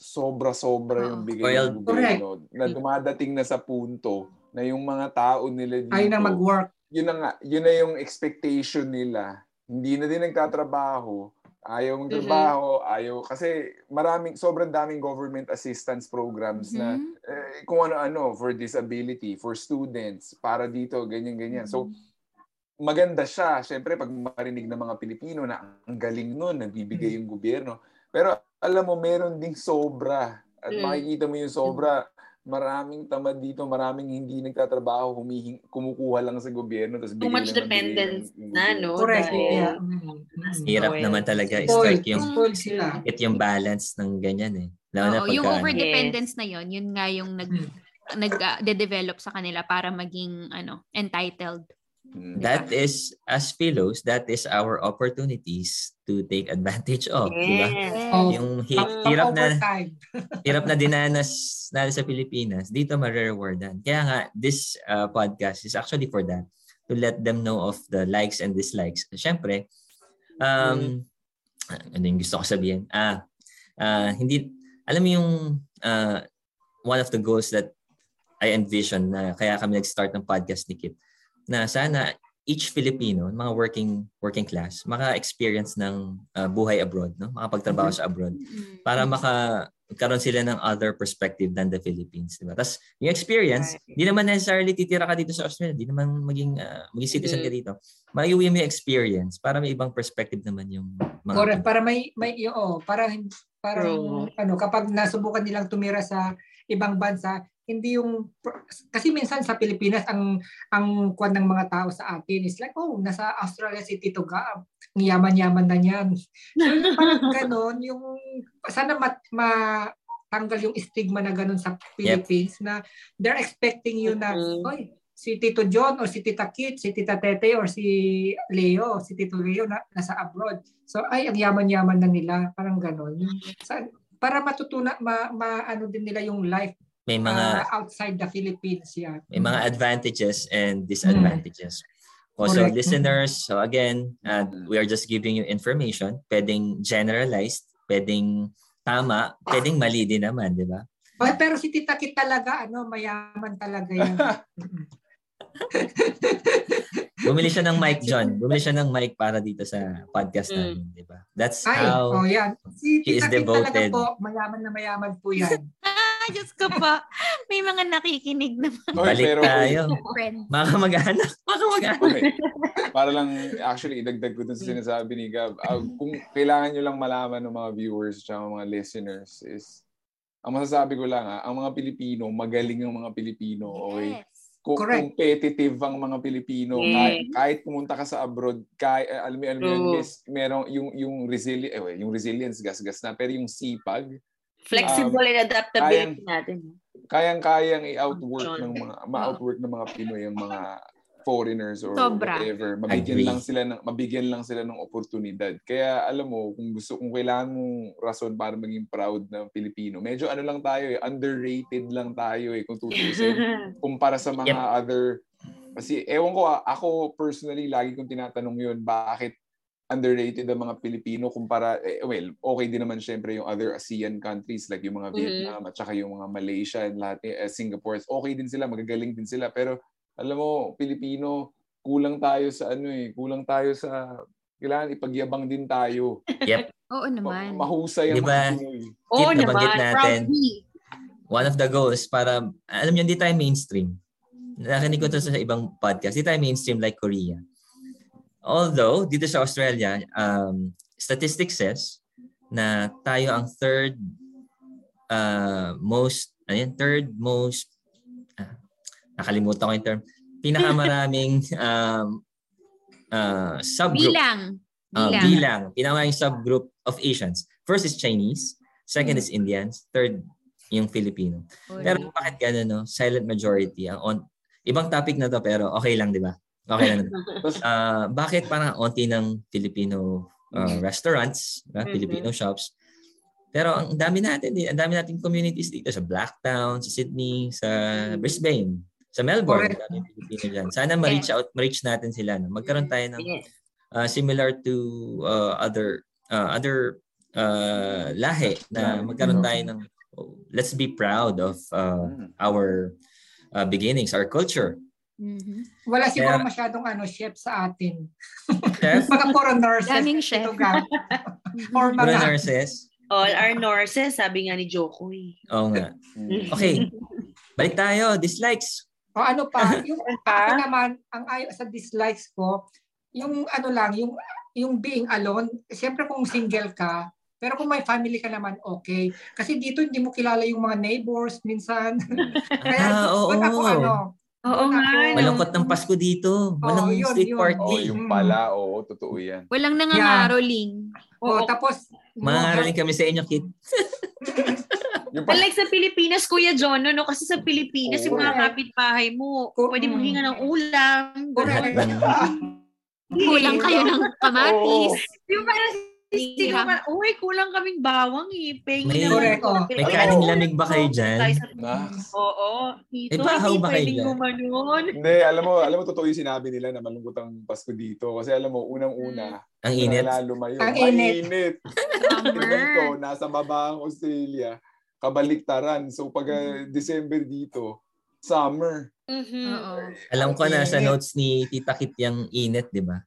D: sobra-sobra yung
A: Oo.
D: bigay ng
B: Spoiled.
D: gobyerno. Na dumadating na sa punto na yung mga tao nila dito
E: Ayaw na mag-work.
D: yun na nga, yun na yung expectation nila. Hindi na din nagtatrabaho. Ayaw magtrabaho, ayaw. Kasi maraming, sobrang daming government assistance programs na
A: Mhm.
D: eh, kung ano-ano, for disability, for students, para dito, ganyan-ganyan. So, maganda siya. Siyempre, pag marinig ng mga Pilipino na ang galing nun,
C: Mm.
D: nagbibigay yung gobyerno. Pero alam mo, meron ding sobra. At
C: Mm.
D: makikita mo yung sobra, maraming tamad dito, maraming hindi nagtatrabaho, humihing, kumukuha lang sa gobyerno. Tapos
C: Too
D: bigay
C: much
D: lang ng bigay
C: dependence
D: yung- yung
C: na,
D: gobyerno.
C: no?
E: Correct.
C: Dahil-
E: Yeah. Mm. Mm.
B: Hirap
C: Spoiled.
B: naman talaga
E: Spoiled.
B: strike yung
E: Spoiled sila.
B: it yung balance ng ganyan eh. Lalo na
A: Oo,
B: pagka,
A: yung
B: ano,
A: overdependence na yon yun nga yung nag
E: Mm.
A: Hmm. nag-develop sa kanila para maging ano entitled.
D: Mm.
B: that is as fellows, that is our opportunities to take advantage of, di ba?
C: Yes.
E: Oh,
B: Yung hi-
E: pang-
B: hirap na
E: pang-overtime.
B: hirap na dinanas natin sa Pilipinas, dito marerewardan. Kaya nga, this uh, podcast is actually for that. To let them know of the likes and dislikes. Siyempre, um, ano yung gusto ko sabihin? Ah, ah, hindi, alam mo yung ah, one of the goals that I envision na kaya kami nag-start ng podcast ni Kit, na sana each Filipino, mga working working class, maka-experience ng ah, buhay abroad, no? makapagtrabaho sa abroad
A: Mm. Ah,
E: Mm.
B: para maka karon sila ng other perspective than the Philippines, di ba? Tapos yung experience,
C: Right.
B: di naman necessarily titira ka dito sa Australia, di naman maging ah, maging citizen ka dito. Maiuwi mo yung experience para may ibang perspective naman yung mga
E: Correct, para may may oo, para para
C: True.
E: ano kapag nasubukan nilang tumira sa ibang bansa, hindi yung kasi minsan sa Pilipinas ang ang kwan ng mga tao sa atin is like oh, nasa Australia si Tito Gab, ang yaman-yaman na niyan. Parang ganon yung sana mat, matanggal yung stigma na ganon sa Philippines na they're expecting you na
B: Mm-hmm.
C: Mhm.
E: oy si Tito John or si Tita Kit, si Tita Tete or si Leo, si Tito Leo na nasa abroad. So ay ang yaman-yaman na nila, parang ganon. Yung sa- para matutuna ma, ma- ano din nila yung life
B: may mga
E: uh, outside the Philippines yeah.
B: may mga advantages and disadvantages. Also,
E: Mm. Correct.
B: listeners, so again, uh, we are just giving you information. Pwedeng generalized, pwedeng tama, pwedeng mali din naman, di ba?
E: Ay, Mm. pero si Tita Kit talaga ano mayaman talaga yan. Mm.
B: Bumili siya ng mic, John. Bumili siya ng mic para dito sa podcast namin, di ba? That's
E: Ay,
B: how
E: oh yan. Si
B: she is
E: Tita Kit talaga
B: devoted.
E: po, mayaman na mayaman po yan.
A: Ah, Diyos ko pa. May mga nakikinig na
D: Oy,
B: balik
D: pero-
B: tayo.
A: friend.
B: Mga mag-anak, mga mag-anak.
D: Okay. Para lang, actually, idagdag ko dun sa sinasabi ni Gab. Ah, kung kailangan nyo lang malaman ng mga viewers at mga listeners is, ang masasabi ko lang, ah, ang mga Pilipino, magaling ang mga Pilipino, okay?
A: Yes.
D: Kung
E: Correct.
D: competitive ang mga Pilipino.
C: Yes.
D: Kahit, kahit pumunta ka sa abroad, kahit, eh, alam mo, alam mo yun,
C: True.
D: miss, merong yung, yung, resili- eh, well, yung resilience, gas-gas na, pero yung sipag,
C: Flexible and adaptability natin.
D: kayang-kayang i-outwork
C: John.
D: ng mga, ma-outwork ng mga Pinoy ang mga foreigners or
A: Sobra.
D: whatever. Mabigyan
B: Agree.
D: lang sila ng mabigyan lang sila ng oportunidad. Kaya alam mo, kung gusto kung kailangan mong rason para maging proud na Pilipino, medyo ano lang tayo eh, underrated lang tayo eh kung tutusin kumpara sa mga
B: Yep.
D: other kasi ewan ko ah, ako personally lagi kong tinatanong yun bakit underrated ang mga Pilipino kumpara, eh, well, okay din naman syempre yung other ASEAN countries like yung
C: Mhm.
D: mga
B: Mm-hmm.
D: Vietnam at saka yung mga Malaysia and lahat, eh, eh, Singapore. Okay din sila, magagaling din sila. Pero alam mo, Pilipino, kulang tayo sa ano eh, kulang tayo sa, kailangan ipagyabang din tayo.
A: Oo naman.
D: Ma- mahusay ang
B: Di ba?
D: mga Pinoy.
C: Oo
B: Kit,
C: naman,
B: nabanggit natin.
C: proudly.
B: One of the goals para, alam nyo, hindi tayo mainstream. Nakakinig ko to sa ibang podcast. Hindi tayo mainstream like Korea. Although, dito sa Australia, um, statistics says na tayo ang third uh, most, ano yun? third most, ah, nakalimutan ko yung term, pinakamaraming um, uh, subgroup
A: Bilang.
B: Uh,
A: Bilang.
B: bilang. Ginawa yung subgroup of Asians. First is Chinese, second
A: Mm.
B: is Indians, third yung Filipino.
A: Oo.
B: Pero bakit gano'n, no? Silent majority. Ang on, ibang topic na to pero okay lang, di ba? Okay lang. Ah, bakit parang onti ng Filipino ah, restaurants, ah,
C: Mhm.
B: Filipino shops, pero ang dami natin, eh. ang dami nating communities dito sa Blacktown, sa Sydney, sa Brisbane, sa Melbourne, ang
E: Correct.
B: daming Pilipino dyan. Sana ma-reach out, ma-reach natin sila. No? Magkaroon tayo ng
C: Yes.
B: uh, similar to uh, other uh, other uh, lahi na magkaroon tayo ng let's be proud of uh,
D: Mm.
B: our uh, beginnings, our culture.
A: Mhm.
E: Wala siguro
B: Kaya-
E: masyadong ano, chef sa atin.
B: Chef,
E: Mga foreigners.
A: Daming chef. Mm-hmm.
E: Ito, Gab. Or
B: mga
E: mga
B: nurses.
C: All our nurses, sabi nga ni Joko eh.
B: Oo nga.
D: Mm.
B: Okay. Balik tayo. Dislikes.
E: O ano pa, yung
C: Pa?
E: akin naman, ang ay sa dislikes ko, yung ano lang, yung yung being alone, siyempre kung single ka, pero kung may family ka naman, okay. Kasi dito hindi mo kilala yung mga neighbors minsan.
B: Ah, oo.
E: doon ako ano,
C: Oo nga. no?
B: Malungkot ng Pasko dito. Walang
E: Oo, yun,
B: street
E: yun.
D: Oh,
B: party.
D: yung pala, oo, totoo yan.
A: Walang nangangaroling.
C: Oo.
E: oh, tapos,
B: Mangaroling kami sa inyo, kid.
D: Yung pa-
C: Unlike sa Pilipinas, Kuya John, no, no? kasi sa Pilipinas, yung mga
E: Correct.
C: kapitbahay mo,
E: Correct.
C: pwede maghinga ng ulam,
E: Correct.
C: gano'n.
A: Kulang kayo ng kamatis.
C: Yung parang
A: Yeah.
C: sisigaw ka, uy, kulang kaming bawang eh. Pengi
B: May-
C: naman.
E: Correct, oh.
B: May
D: Oo.
B: kaning lamig ba kayo
C: Tayo
B: dyan?
C: sa-
D: Nax.
C: Oo. Dito,
B: Eh, bahaw
C: hindi
B: ba kayo
C: pwedeng
B: dyan?
C: gumanon.
D: Hindi, alam mo, alam mo totoo yung sinabi nila na malungkot ang Pasko dito kasi alam mo unang-una,
B: Ang init.
D: wala lumayo.
E: Ang init.
D: Mainit. Dito,
A: Summer.
D: nasa baba ang Australia, kabaliktaran. So pag ah,
A: Hmm.
D: December dito, summer.
C: Mhm.
A: Oo.
B: Alam ko na sa
D: Init.
B: notes ni Tita Kit yung init, di ba?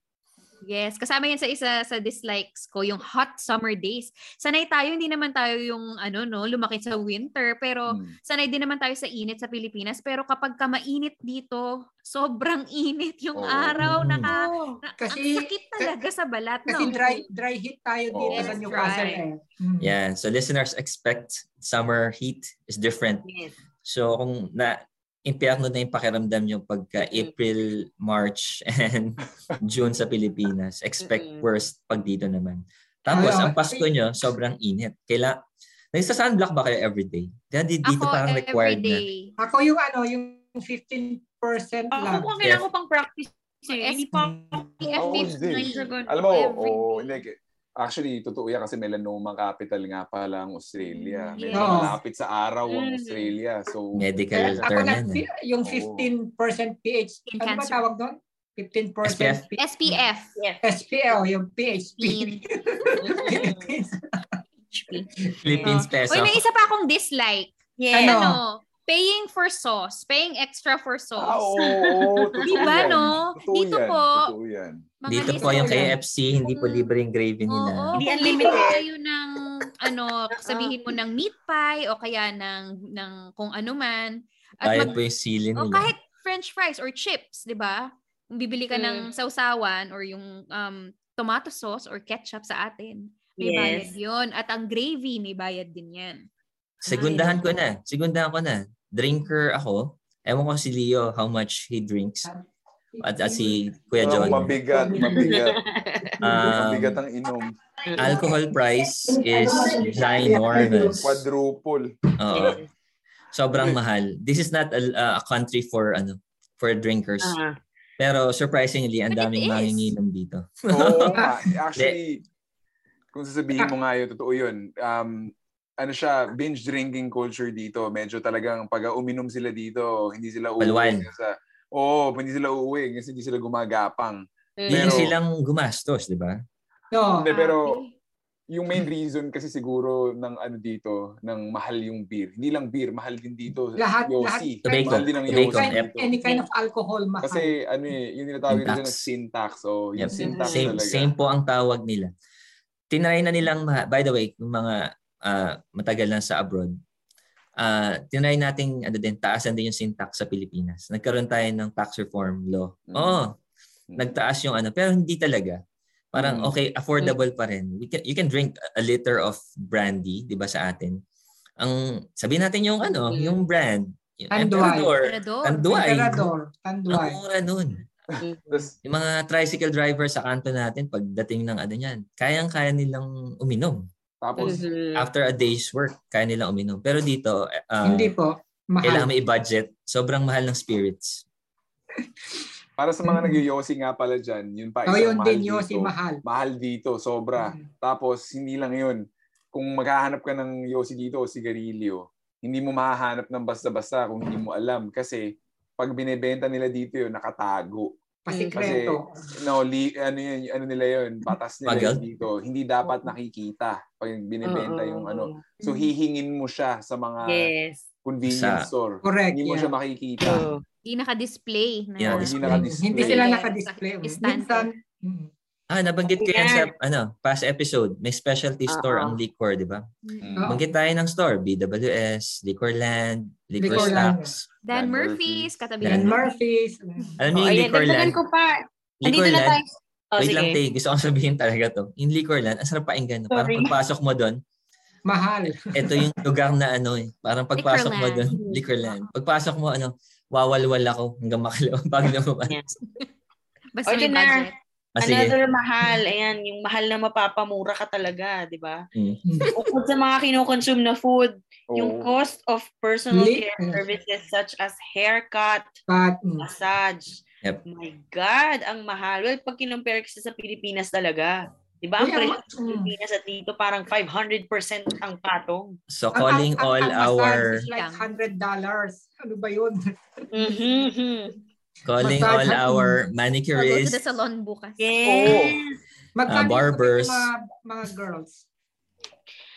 A: Yes, kasama yan sa isa sa dislikes ko, yung hot summer days. Sanay tayo, hindi naman tayo yung ano no, lumaki sa winter, pero
B: Hmm.
D: Mm.
A: sanay din naman tayo sa init sa Pilipinas, pero kapag ka mainit dito, sobrang init yung
D: Oo.
A: araw,
B: Mm.
A: naka na,
E: Kasi-
A: ang sakit talaga sa balat,
E: kasi
A: no?
E: dry dry heat tayo
D: Oo.
E: dito sa
D: Yes,
E: Newcastle.
A: dry.
E: Eh. Mm.
B: Yeah, so listeners expect summer heat is different.
C: Yes.
B: So kung na impyerno na yung pakiramdam nyo pagka April, March, and June sa Pilipinas. Expect
C: Mm-mm.
B: worst pag dito naman. Tapos
E: Ayaw.
B: ang Pasko
A: eh.
B: nyo, sobrang init. Kaila, nagsa-sunblock ba kayo everyday? Dati
A: Ako
B: dito parang required na.
A: everyday.
E: Ako yung ano, yung 15%
C: Ako
E: lang.
C: kung kailangan ko pang practice eh. Hindi pa
D: Ako din.
A: F50.
D: Alam mo,
A: Every-
D: oh, like, actually, totoo yan kasi melanoma capital nga pala ang Australia.
A: Hmm. Yes. Hmm.
D: Medyo malapit sa araw ang
C: Mm.
D: Australia. So,
B: Medical
E: Kaya ako
B: term
E: lang,
B: yan. eh.
E: fi- yung 15% pH,
A: Skin
E: ano ba
A: cancer.
E: tawag doon? 15%
B: SPF.
E: P-
A: SPF.
C: Yes.
E: SPL, yung PHP.
A: Pin.
B: Philippines peso.
A: Uy, may isa pa akong dislike.
C: Yes.
E: Ano?
A: Ano? Paying for sauce. Paying extra for
D: ah,
A: sauce.
D: oo, oo, totoo
A: Diba,
D: yan.
A: no?
D: Totoo
A: Dito
D: yan,
A: po,
D: Totoo yan.
A: Mga
B: Dito po
A: listeners,
B: yung KFC, hindi po libre yung gravy
A: Oo,
B: nila.
C: Hindi
A: kung
C: unlimited.
A: bibili kayo ng, ano, sabihin mo ng meat pie o kaya ng, ng kung ano man. At mag,
B: Bayad po yung sili
A: o
B: nila.
A: Oh, kahit french fries or chips, di ba? Kung bibili ka
F: Mm.
A: ng sausawan or yung um, tomato sauce or ketchup sa atin, may bayad
C: Yes.
A: yun. At ang gravy, may bayad din yan.
B: Segundahan ko na. Segundahan ko na. Drinker ako. Ewan ko si Leo how much he drinks. At, at si Kuya John.
D: Parang mabigat, mabigat. mabigat
B: Um,
D: ang inom.
B: alcohol price is ginormous.
D: Quadruple.
B: Oo.
C: Yes.
B: Sobrang mahal. This is not a, a country for ano for drinkers.
C: Ah.
B: Pero surprisingly, ang
A: But it
B: daming
A: is.
B: manginginom dito.
D: Oo nga. Actually, kung sasabihin mo nga yun, totoo yun. Um, ano siya, binge drinking culture dito. Medyo talagang pag uminom sila dito, hindi sila
B: Balwan.
D: uuwi. Sa, oo, hindi sila uuwi kasi hindi sila gumagapang.
B: Hindi
D: Pero-
B: silang gumastos, di ba?
E: No.
F: Hindi, Eh,
A: Ah,
F: pero yung main reason kasi siguro ng ano dito, ng mahal yung beer. Hindi lang beer, mahal din dito.
E: Lahat-
F: Yossi.
E: lahat.
F: Mahal din ang
B: Tobacco,
F: Yossi.
B: tobacco.
F: dito.
E: Any kind of alcohol, mahal.
F: Kasi ano eh, yung tinatawag nila
B: Syntax.
F: ng syntax. Oh, yung
B: Yep.
F: syntax
B: same,
F: talaga.
B: same po ang tawag nila. Tinry na nilang, ma- by the way, yung mga ah, matagal na sa abroad, ah tinry nating ano din, taasan din yung syntax sa Pilipinas. Nagkaroon tayo ng tax reform law. Oh,
F: Mm.
B: Oo,
F: Mm.
B: nagtaas yung ano, pero hindi talaga. Parang
F: Mm.
B: okay, affordable pa rin. We can, you can drink a liter of brandy, 'di ba sa atin? Ang sabi natin yung ano,
C: Mm.
B: yung brand, yung
E: Anduay.
B: Emperador,
A: Emperador.
B: Anduay.
E: Emperador, tanduay.
B: Ang mura nun.
F: Tas,
B: Yung mga tricycle driver sa kanto natin, pagdating ng ano yan, kayang-kaya nilang uminom.
F: tapos,
C: Mm.
B: After a day's work, kaya nilang uminom. Pero dito, uh,
E: Hindi po.
B: kailangan may
E: Mahal.
B: budget. Sobrang mahal ng spirits.
F: para sa mga nagyoyosi nga pala dyan, yun pa
E: O
F: isang
E: yun
F: mahal
E: din,
F: dito.
E: Mm.
F: Diba?
E: Yossi, mahal.
F: Mahal dito, sobra. Tapos, hindi lang yun. Kung maghahanap ka ng Yossi dito o sigarilyo, hindi mo mahahanap ng basta-basta kung hindi mo alam. Kasi, pag binebenta nila dito yun, nakatago.
E: Pasikreto.
F: No, li, ano, yun, ano nila yun, batas nila yun dito. Hindi dapat nakikita pag binebenta yung ano. So, hihingin mo siya sa
B: ah,
F: mga
C: Mm-hmm. Yes.
F: convenience
B: Sa-
F: store.
E: Correct.
F: Hindi mo
E: Yeah.
F: siya
B: ah,
F: makikita.
A: Hindi naka-display. Na,
B: Yeah,
F: Hindi
B: display.
F: nakadisplay.
E: Hindi sila
A: Yeah.
E: nakadisplay.
A: Istante.
E: Minsan, mm,
B: Ah, nabanggit ko yan sa ano, past episode. May specialty store
C: Oo.
B: ang liquor, di ba?
F: Mm.
E: Oo.
B: Banggit tayo ng store. BWS, Liquorland, Liquor
E: Liquorland.
B: Stacks.
A: Dan
F: Dan
A: Murphy's, katabi.
B: Dan-
E: Dan Murphy's. mm.
B: Alam niyo
C: Oh,
B: yung
C: ayan,
B: Liquorland?
C: dagdagan ko pa. Andito na
B: Liquorland.
C: tayo. Oh,
B: Wait lang,
C: sige.
B: Tay. Gusto kong sabihin talaga to. Yung Liquorland, ang sarap painggan. Parang
C: Sorry.
B: pagpasok mo doon,
E: Mahal.
B: ito yung lugar na ano eh. Parang pagpasok mo doon,
A: Liquorland.
B: Liquorland. Pagpasok mo, ano, wawalwal ako hanggang makalawang pag lumabas.
C: Yeah.
A: Basta
C: O,
A: may
C: dyan na.
A: budget.
B: Ah, sige.
C: Another mahal. Ayan, yung mahal na mapapamura ka talaga, di ba?
B: Mm.
C: Ukod sa mga kinokonsume na food,
F: Oo.
C: yung cost of personal
E: Li-
C: care services such as haircut,
E: But, mm,
C: massage.
B: Yep.
C: My God, ang mahal. Well, pag kinumpare kasi sa Pilipinas talaga, di ba? Ang presyo
E: Kuya, ma-
B: mm.
C: sa Pilipinas at dito parang 500% ang patong.
B: So
E: ang-
B: calling
E: ang-
B: all
E: ang massage
B: our Ah,
E: is like $100. Ano ba yun?
B: Mm-hmm.
C: Mhm.
B: calling all
E: massage.
B: our
A: I'll go to the
B: manicurists.
A: salon bukas.
C: Yes.
E: Magkano yung
B: barbers.
E: mga, mga girls?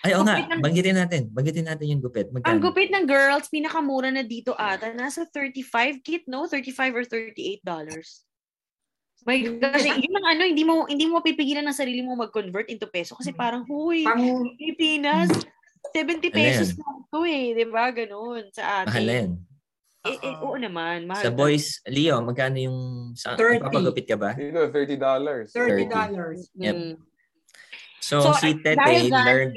B: Ay, oo nga.
C: Gupit ng-
B: Banggitin natin. Banggitin natin yung gupit.
C: Ang
B: Magkano?
C: gupit ng girls, pinakamura na dito ata. Nasa 35 kit, no? 35 or 38 dollars. My gosh, yun ang ano, hindi mo hindi mo mapipigilan ng sarili mo mag-convert into peso
B: Mm.
C: kasi parang, huy,
E: Pang,
C: Pilipinas,
B: Hmm.
C: 70 pesos lang ito eh. Di ba? Ganun sa
B: Ano
C: atin.
B: Mahal na yun.
C: Eh, eh, oo naman. Mahal.
B: Sa boys, Leo, magkano yung... Sa,
E: 30.
B: Papagupit ka ba?
F: Dito, $30.
E: $30. dollars.
C: Mm.
B: Yep. So,
C: So,
B: si
C: dahil
B: Tete
C: dyan-
B: learned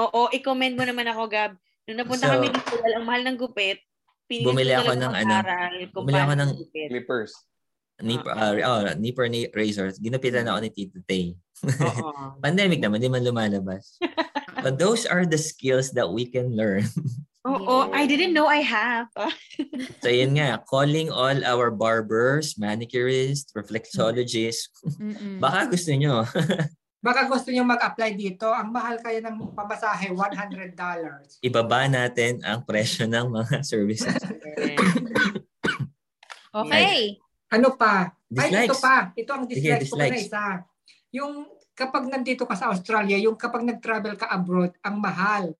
C: Oo, i-comment mo naman ako, Gab. Nung napunta
B: So,
C: kami dito, dahil ang mahal ng gupit, pinili
B: bumili ako ng ano, bumili ako ng-
F: Clippers.
B: Nipper, uh, oh, nipper ni razors. Ginapitan ako ni Tito Tay.
C: Oo.
B: Pandemic naman, di man lumalabas. But those are the skills that we can learn.
C: Oo, I didn't know I have.
B: So yun nga, calling all our barbers, manicurists, reflexologists.
A: Mm-mm.
B: Baka gusto nyo.
E: Baka gusto nyo mag-apply dito, ang mahal kaya ng pamasahe, $100.
B: Ibaba natin ang presyo ng mga services.
A: Okay.
E: Ano pa? Ay, ito
B: Dislikes.
E: pa. Ito ang dislike
B: Sige,
E: ko pa na
B: dislikes.
E: isa. Yung kapag nandito ka sa Australia, yung kapag nag-travel ka abroad, ang mahal.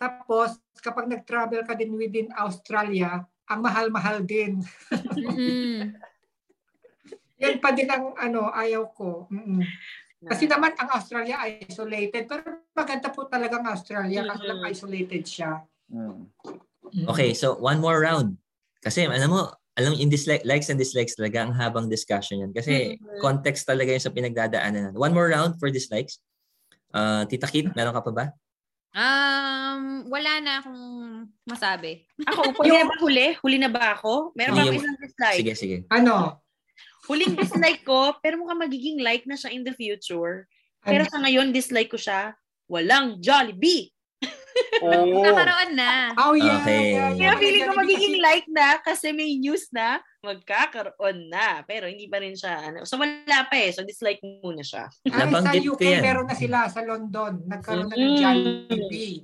E: Tapos, kapag nag-travel ka din within Australia, ang mahal-mahal din.
A: Mm-mm.
E: Yan pa din ang ano, ayaw ko. Mm-mm. Kasi naman, ang Australia isolated. Pero maganda po talaga ang Australia kasi lang
C: Mhm.
E: isolated siya.
F: Mm.
E: Mm.
B: Okay, so one more round. Kasi alam mo, alam yung dislike, likes and dislikes talaga ang habang discussion yan. Kasi
C: Mhm.
B: context talaga yung sa pinagdadaanan. natin. One more round for dislikes. Uh, Tita Kit, meron ka pa ba?
A: Um, wala na akong masabi.
C: Ako, huli na ba huli? Huli na ba ako? Meron ba
B: Hindi,
C: ako
B: yung-
C: isang dislike?
B: Sige, sige.
E: Ano?
C: Huling dislike ko, pero mukhang magiging like na siya in the future.
E: Ano?
C: Pero sa ngayon, dislike ko siya. Walang Jollibee!
F: Oo.
A: Nakaroon na.
E: Oh, yeah.
B: Okay.
E: yeah, yeah.
C: Kaya feeling ko magiging like na kasi may news na magkakaroon na. Pero hindi pa rin siya. Ano. So wala pa eh. So dislike muna siya.
E: Ay, sa
B: Nabanggit ko
E: UK,
B: yan.
E: meron na sila sa London. Nagkaroon na ng
C: Mm.
E: Jollibee.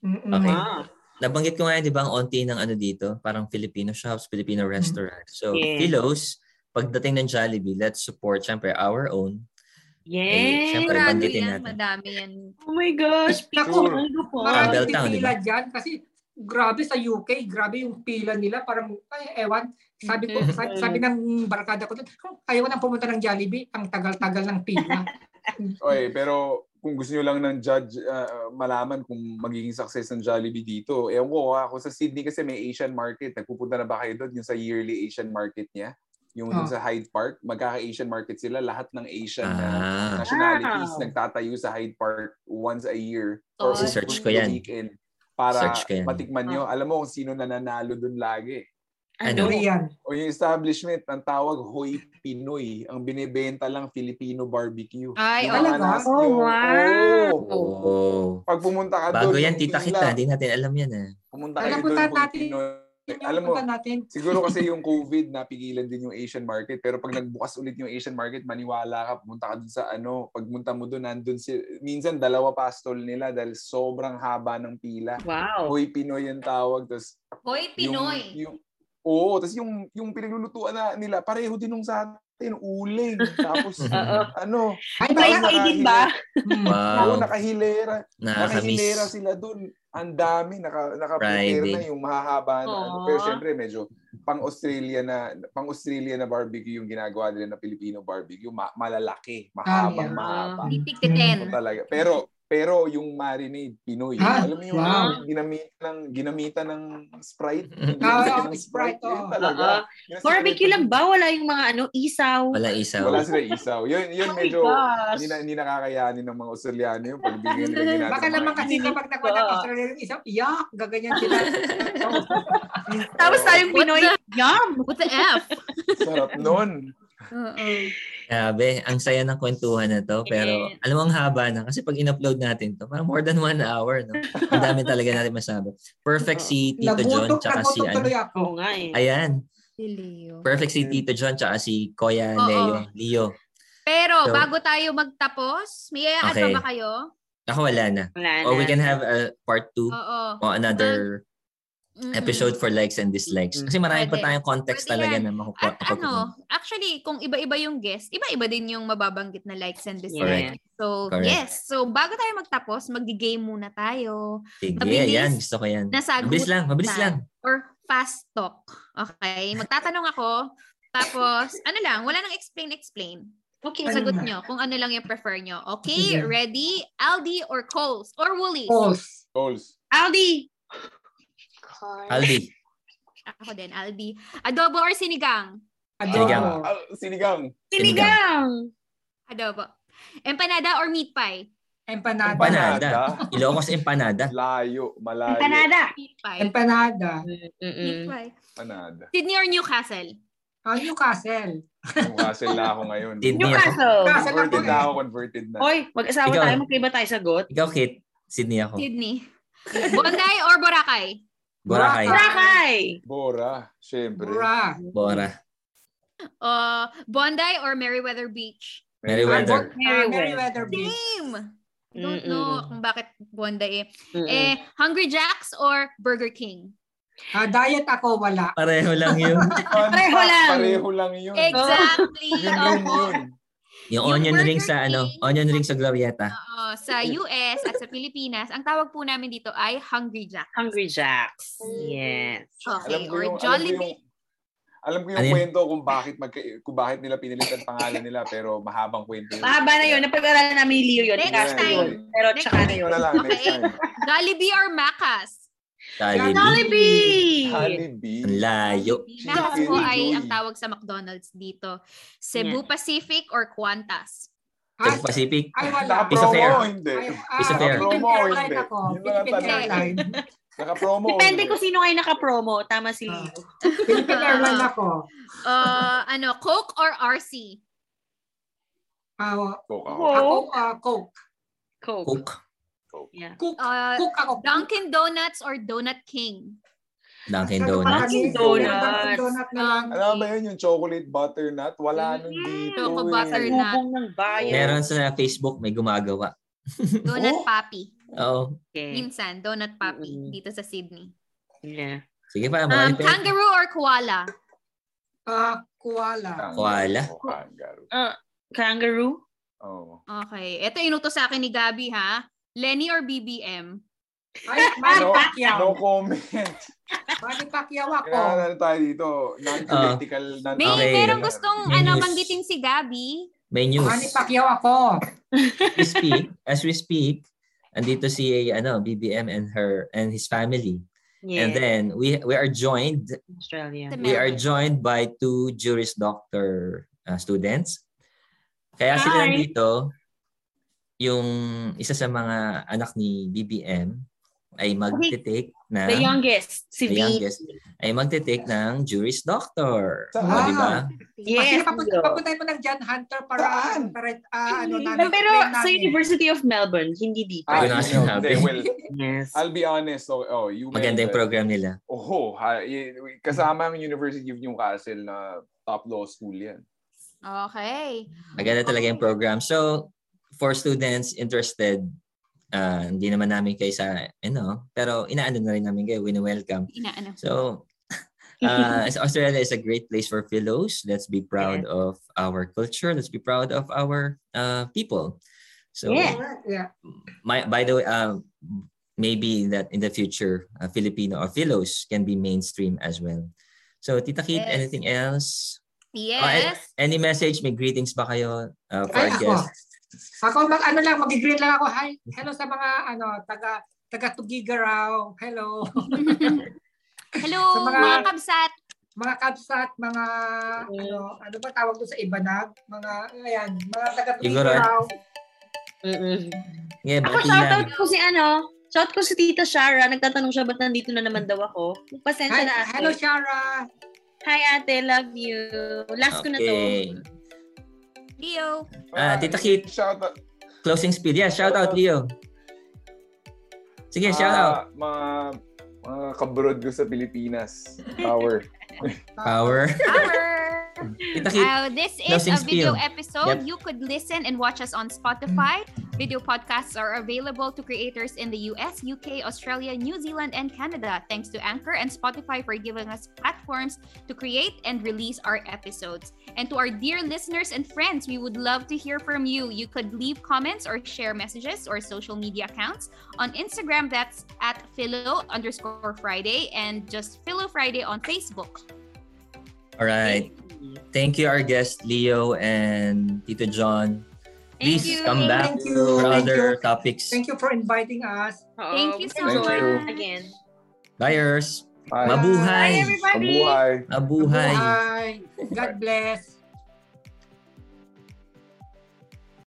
E: Mm-mm.
B: Okay.
C: Ah,
B: Nabanggit ko nga, di ba, ang onti ng ano dito, parang Filipino shops, Filipino restaurant. So,
C: Mm-hmm. Yes.
B: Philos, pagdating ng Jollibee, let's support, syempre, our own. Eh,
C: Yes.
B: syempre,
A: Sigurado
B: banggitin
A: yan,
B: natin.
A: madami yan.
C: Oh my gosh.
E: Naku,
C: Pinoy po.
E: Parang
B: Campbell
E: yung
B: Town, di
E: pipila dyan kasi grabe sa UK, grabe yung pila nila. Parang, ay, ewan. Sabi ko,
A: Mhm.
E: sabi, sabi ng barkada ko, doon, "Kung ayaw nang pumunta ng Jollibee, ang tagal-tagal ng pila.
D: Oy, pero kung gusto nyo lang ng judge ah, malaman kung magiging success ng Jollibee dito, eh ko ha, kung sa Sydney kasi may Asian market, nagpupunta na ba kayo doon yung sa yearly Asian market niya? Yung dun
C: Ah.
E: Oh.
D: sa Hyde Park, magkaka-Asian market sila, lahat ng Asian na
B: Ah,
D: nationalities
C: Wow.
D: nagtatayo sa Hyde Park once a year
A: Tol.
D: or once
B: Search ko
D: a
B: yan.
D: weekend para
B: Search ko yan.
D: matikman nyo.
C: Ah.
D: Alam mo kung sino nananalo dun lagi.
B: Ano?
E: Korean.
D: O yung establishment, ang tawag Hoy Pinoy. Ang binibenta lang Filipino barbecue.
A: Ay, oo.
D: Yung mananas
C: Oh,
D: yung-
C: wow.
D: Oo.
B: oh.
D: Pag pumunta ka doon,
B: Bago yan,
D: yung
B: tita kita.
D: pila,
B: Hindi natin alam yan ah.
D: Pumunta
E: Alam,
D: kayo doon,
E: puntahan
D: Hoy
E: natin.
D: Pinoy.
E: Yun yung
D: Alam mo,
E: punta natin.
D: siguro kasi yung COVID, napigilan din yung Asian market. Pero pag nagbukas ulit yung Asian market, maniwala ka, pumunta ka dun sa ano, pagmunta mo doon, nandun si, minsan dalawa pa stall nila dahil sobrang haba ng pila.
C: Wow.
D: Hoy Pinoy yung tawag. Tapos
A: Hoy, Pinoy.
D: yung, yung, oo, tapos yung, yung pinaglulutuan na nila, pareho din nung sa atin, uling. Tapos,
C: Oo.
D: ano,
C: May
E: Ay, baka-
D: Ay,
C: kaidin ba?
E: Hmm.
D: oo,
B: Wow.
D: nakahilera. Nakahilera
B: Ah. Nakakamiss.
D: sila doon. Ang dami, naka, naka-prepare
B: Friday.
D: na yung mahahaba na. ano.
C: Aw.
D: Pero syempre, medyo pang-Australia na, pang-Australia na barbecue yung ginagawa nila na Filipino barbecue. Ma- malalaki, mahabang,
E: Ah, yeah.
D: mahaba.
A: Titik
D: Oo,
A: titen.
D: talaga. Pero pero yung marinade Pinoy.
E: Ah,
D: alam mo yung
E: wow.
D: ginamit ng ginamita ng Sprite.
B: Mm.
D: Ginamita
E: Ah, Sprite,
D: Yun
E: oo.
D: talaga.
C: Oo.
D: Yun ang
C: Barbecue
D: secret.
C: lang ah. ba? Wala yung mga ano, isaw.
B: Wala oh. isaw.
D: Wala sila isaw. Yun, yun
C: Oh my
D: medyo
C: gosh.
D: hindi, na, hindi nakakayanin ng mga Australiano yung pagbigay nila ginagawa.
E: Baka naman kasi kapag nakuha ng
C: Oo.
E: Australia yung isang, yak, gaganyan sila.
C: Tapos tayong
A: What
C: Pinoy.
A: the-
C: Yum!
A: What the F?
D: Sarap nun.
A: Oo.
B: Grabe, ang saya ng kwentuhan na to. Pero alam mo ang haba na. Kasi pag in-upload natin to, parang more than one hour. No? Ang dami talaga natin masabi. Perfect si Tito John,
E: Nagutok,
B: tsaka si
E: nagutok
B: ano.
E: tuloy ako.
C: Oo nga eh.
B: Ayan.
A: Dileo.
B: Perfect si Tito John, tsaka si Koya
A: Oo.
B: Leo. Leo.
A: Pero
B: So-
A: bago tayo magtapos, may i-add
B: Okay.
A: pa ba kayo?
B: Ako wala na.
C: Wala na.
B: Or oh, we can have a part two
A: Oo.
B: or
A: Um,
B: another
A: Mm-mm.
B: episode for likes and dislikes. Kasi marami pa
A: Pwede.
B: tayong context
A: Pwede
B: talaga
A: yan.
B: na makukuha.
A: At ano, actually, kung iba-iba yung guest, iba-iba din yung mababanggit na likes and dislikes. So,
B: Correct.
A: yes. So, bago tayo magtapos, magdi-game muna tayo.
B: Sige,
A: mabilis.
B: yan. Gusto ko yan.
A: Nasagutan.
B: Mabilis lang, mabilis lang.
A: Or fast talk. Okay? Magtatanong ako. Tapos, ano lang, wala nang explain-explain.
C: Okay.
E: Ano
A: Sagot
E: na?
A: nyo kung ano lang yung prefer nyo. Okay?
E: Sige.
A: Ready? Aldi or Coles? Or Woolies?
E: False.
D: Goals.
C: Aldi!
B: Aldi.
A: Ako din, Aldi. Adobo or sinigang?
B: Sinigang.
E: Adobo.
D: Ah, sinigang.
C: Sinigang!
A: Adobo. Empanada or meat pie?
E: Empanada.
B: Empanada. Ilocos empanada.
D: Layo. Malayo.
C: Empanada!
A: Meat pie.
E: Empanada. Mm.
A: Meat
C: Mm-mm.
A: pie.
D: Empanada.
A: Sydney or Newcastle?
E: Ah, Newcastle.
D: Newcastle na ako ngayon.
B: Sydney.
C: Newcastle!
E: Newcastle ako
D: Converted na
E: eh.
D: ako. Converted na.
C: Hoy, mag-asawa
B: Ikaw.
C: tayo, magkaiba tayo sagot.
B: Ikaw, Kate. Sydney
E: Oh.
B: ako.
A: Sydney. Bondi or Boracay?
B: Boracay.
C: Rakay!
D: Bora. Siyempre.
E: Bra.
B: Bora.
A: Uh, Bondi or Merriweather Beach?
B: Meriwether.
E: Ah, Meriwether Beach.
A: Same! Don't
C: Mm-mm.
A: know kung bakit Bondi eh.
C: Mm-mm.
A: Eh, Hungry Jack's or Burger King?
E: Ah, diet ako, wala.
B: Pareho lang yun.
C: Pareho lang.
D: Pareho lang yun.
A: Exactly!
D: Oh. Yun rin
A: Opo.
D: yun.
A: Yung
B: Yung onion ring
A: Burger
B: sa ano,
A: King.
B: onion ring sa Glorieta.
A: Oo, Oh, sa US at sa Pilipinas, ang tawag po namin dito ay Hungry Jack.
C: Hungry Jacks. Yes.
A: Okay, or
D: Ah, alam ko
A: Jollibee.
D: yung, alam ko yung
B: Ano yun?
D: kwento kung bakit magka, kung bakit nila pinilit ang pangalan nila pero mahabang kwento yun.
C: Mahaba na yun. Napag-aralan namin ni Leo yun.
A: Next
C: Ikaw
A: time.
C: yun. Pero
A: Next
C: tsaka na
D: Yun
C: yun.
D: na lang, next
A: Okay.
D: time.
A: Jollibee or Macas?
B: Jollibee.
C: Jollibee!
B: Ang
D: Jollibee.
B: layo.
A: Macas po
D: Jollibee.
A: ay ang tawag sa McDonald's dito. Cebu Pacific or Quantas?
E: Ah,
B: Cebu Pacific.
E: ay, wala.
B: Piece of air.
D: Naka-promo o hindi?
E: Ay, ah,
B: Piece of air.
E: Philippine
D: Promo or
E: Airline
D: hindi?
E: ako.
D: Yun lang ang
E: Philippine
A: tanong.
E: Airline.
D: Naka-promo o
C: Depende
D: hindi?
C: kung sino kayo nakapromo. Tama si Leo.
E: Philippine Airline ako.
A: Uh, ano, Coke or RC?
E: Ah,
D: Coke ako.
C: Coke.
E: ako, ah, Coke.
C: Coke.
B: Cook.
C: Yeah.
E: Cook.
A: Uh,
E: Cook ako.
A: Dunkin' Donuts or Donut King?
B: Dunkin'
E: Sarap
B: Donuts.
E: kasi.
C: Dunkin' Donuts.
E: Dunkin' Donut na lang.
D: Alam ba yun yung chocolate butternut? Wala nun dito.
A: Choco
D: eh.
A: butter na.
C: Lubong ng bayan.
B: Meron sa Facebook, may gumagawa.
A: Donut
D: Oh. Hmm.
A: Papi.
B: Oo.
C: Okay.
A: Minsan, Donut Papi
C: Mm-mm.
A: dito sa Sydney.
C: Yeah.
B: Sige pa,
A: Um,
B: marami pa. yan.
A: kangaroo or koala?
E: Ah, koala.
B: Koala.
D: Kangaroo. Oh.
C: Kangaroo?
F: Oo.
A: Okay. Ito inuto sa akin ni Gabby ha. Lenny or BBM?
E: Ay, Manny
F: No,
E: Pacquiao.
F: no comment.
E: Manny Pacquiao ako.
F: Kailangan na tayo dito. Non-political. non
A: May
B: Okay.
A: merong gustong
B: May
A: ano
B: news.
A: banggitin si Gabby.
B: May
E: Manny
B: news.
E: Pacquiao ako.
B: As we speak, as we speak, andito si ano, BBM and her and his family. And then we we are joined
C: Australia.
A: The
B: we are
A: Melbourne.
B: joined by two Juris Doctor uh, students. Kaya sila
C: Hi.
B: nandito, yung isa sa mga anak ni BBM ay magte-take ng
C: The youngest, si
B: The
C: V.
B: youngest. ay magte-take ng Juris Doctor.
F: Saan?
B: O, di ba?
C: Yes.
E: Yes, Ah, papunta,
C: Leo.
E: papuntahin mo ng John Hunter para,
F: Saan?
E: para ah, ano namin.
C: Mm, Pero
E: friend
C: sa
E: namin.
C: University of Melbourne, hindi dito.
F: Ah,
B: Yun ang
F: you know,
B: sinabi.
F: they will.
C: Yes.
F: I'll be honest. So, oh, you
B: Maganda yung
F: mentioned-
B: program nila.
F: Oho, ha, y- kasama ang University of Newcastle na top law school yan.
A: Okay.
B: Maganda talaga yung program. So, for students interested, uh, hindi naman namin kayo sa, you know, pero inaano na rin namin kayo, wini-welcome.
A: Inaano.
B: So, uh, as Australia is a great place for fellows. Let's be proud of our culture. Let's be proud of our uh, people. So,
C: Yeah.
E: Correct, Yeah.
B: my, by the way, uh, maybe that in the future, uh, Filipino or fellows can be mainstream as well. So, Tita Kit,
A: Yes.
B: anything else? Oh,
A: Yes.
B: and- any message? May greetings ba kayo uh, for our
E: Ay, ako.
B: guests?
E: Ako mag ano lang, mag-green lang ako. Hi. Hello sa mga ano, taga taga Tugigaraw. Hello.
A: Hello,
E: Sa
A: mga,
E: mga-
A: kabsat.
E: mga kapsat, mga ano, ano ba tawag doon sa Ibanag? Mga ayan, mga taga Tugigaraw.
C: Mm-mm.
B: Yeah,
C: Ako,
B: baka
C: shoutout
B: Tila.
C: ko si ano, shoutout ko si Tita Shara. Nagtatanong siya, ba't nandito na naman daw ako? Pasensya
E: Hi,
C: na ate.
E: hello Shara.
C: Hi ate, love you. Last ko na to.
B: Okay.
A: Leo.
B: Ah, Tita Kit.
F: Shout out.
B: Closing speed. Yeah, shout out, Leo. Sige, shout
F: Ah,
B: out.
F: mga, mga kabrod ko sa Pilipinas. Power.
C: Ah.
B: Power.
A: Our.
B: Tita Kit.
A: Uh, this is
B: Nothing
A: a video
B: spiel.
A: episode.
B: Yep.
A: You could listen and watch us on Spotify. Video podcasts are available to creators in the US, UK, Australia, New Zealand, and Canada. Thanks to Anchor and Spotify for giving us platforms to create and release our episodes. And to our dear listeners and friends, we would love to hear from you. You could leave comments or share messages or social media accounts. On Instagram, that's at philo underscore Friday and just philo Friday on Facebook.
B: All right. Thank you, our guest Leo and Tito John.
A: Thank
B: Please
A: you.
B: come back
E: Thank you.
B: for
E: Thank you.
B: other topics.
E: Thank you for inviting us.
C: Oo,
A: Thank you so
F: Thank you.
A: much.
C: Again.
B: Buyers,
F: Hi.
E: Mabu-
B: mabuhay.
C: Bye everybody.
F: Mabuhay.
B: Mabuhay.
E: God bless.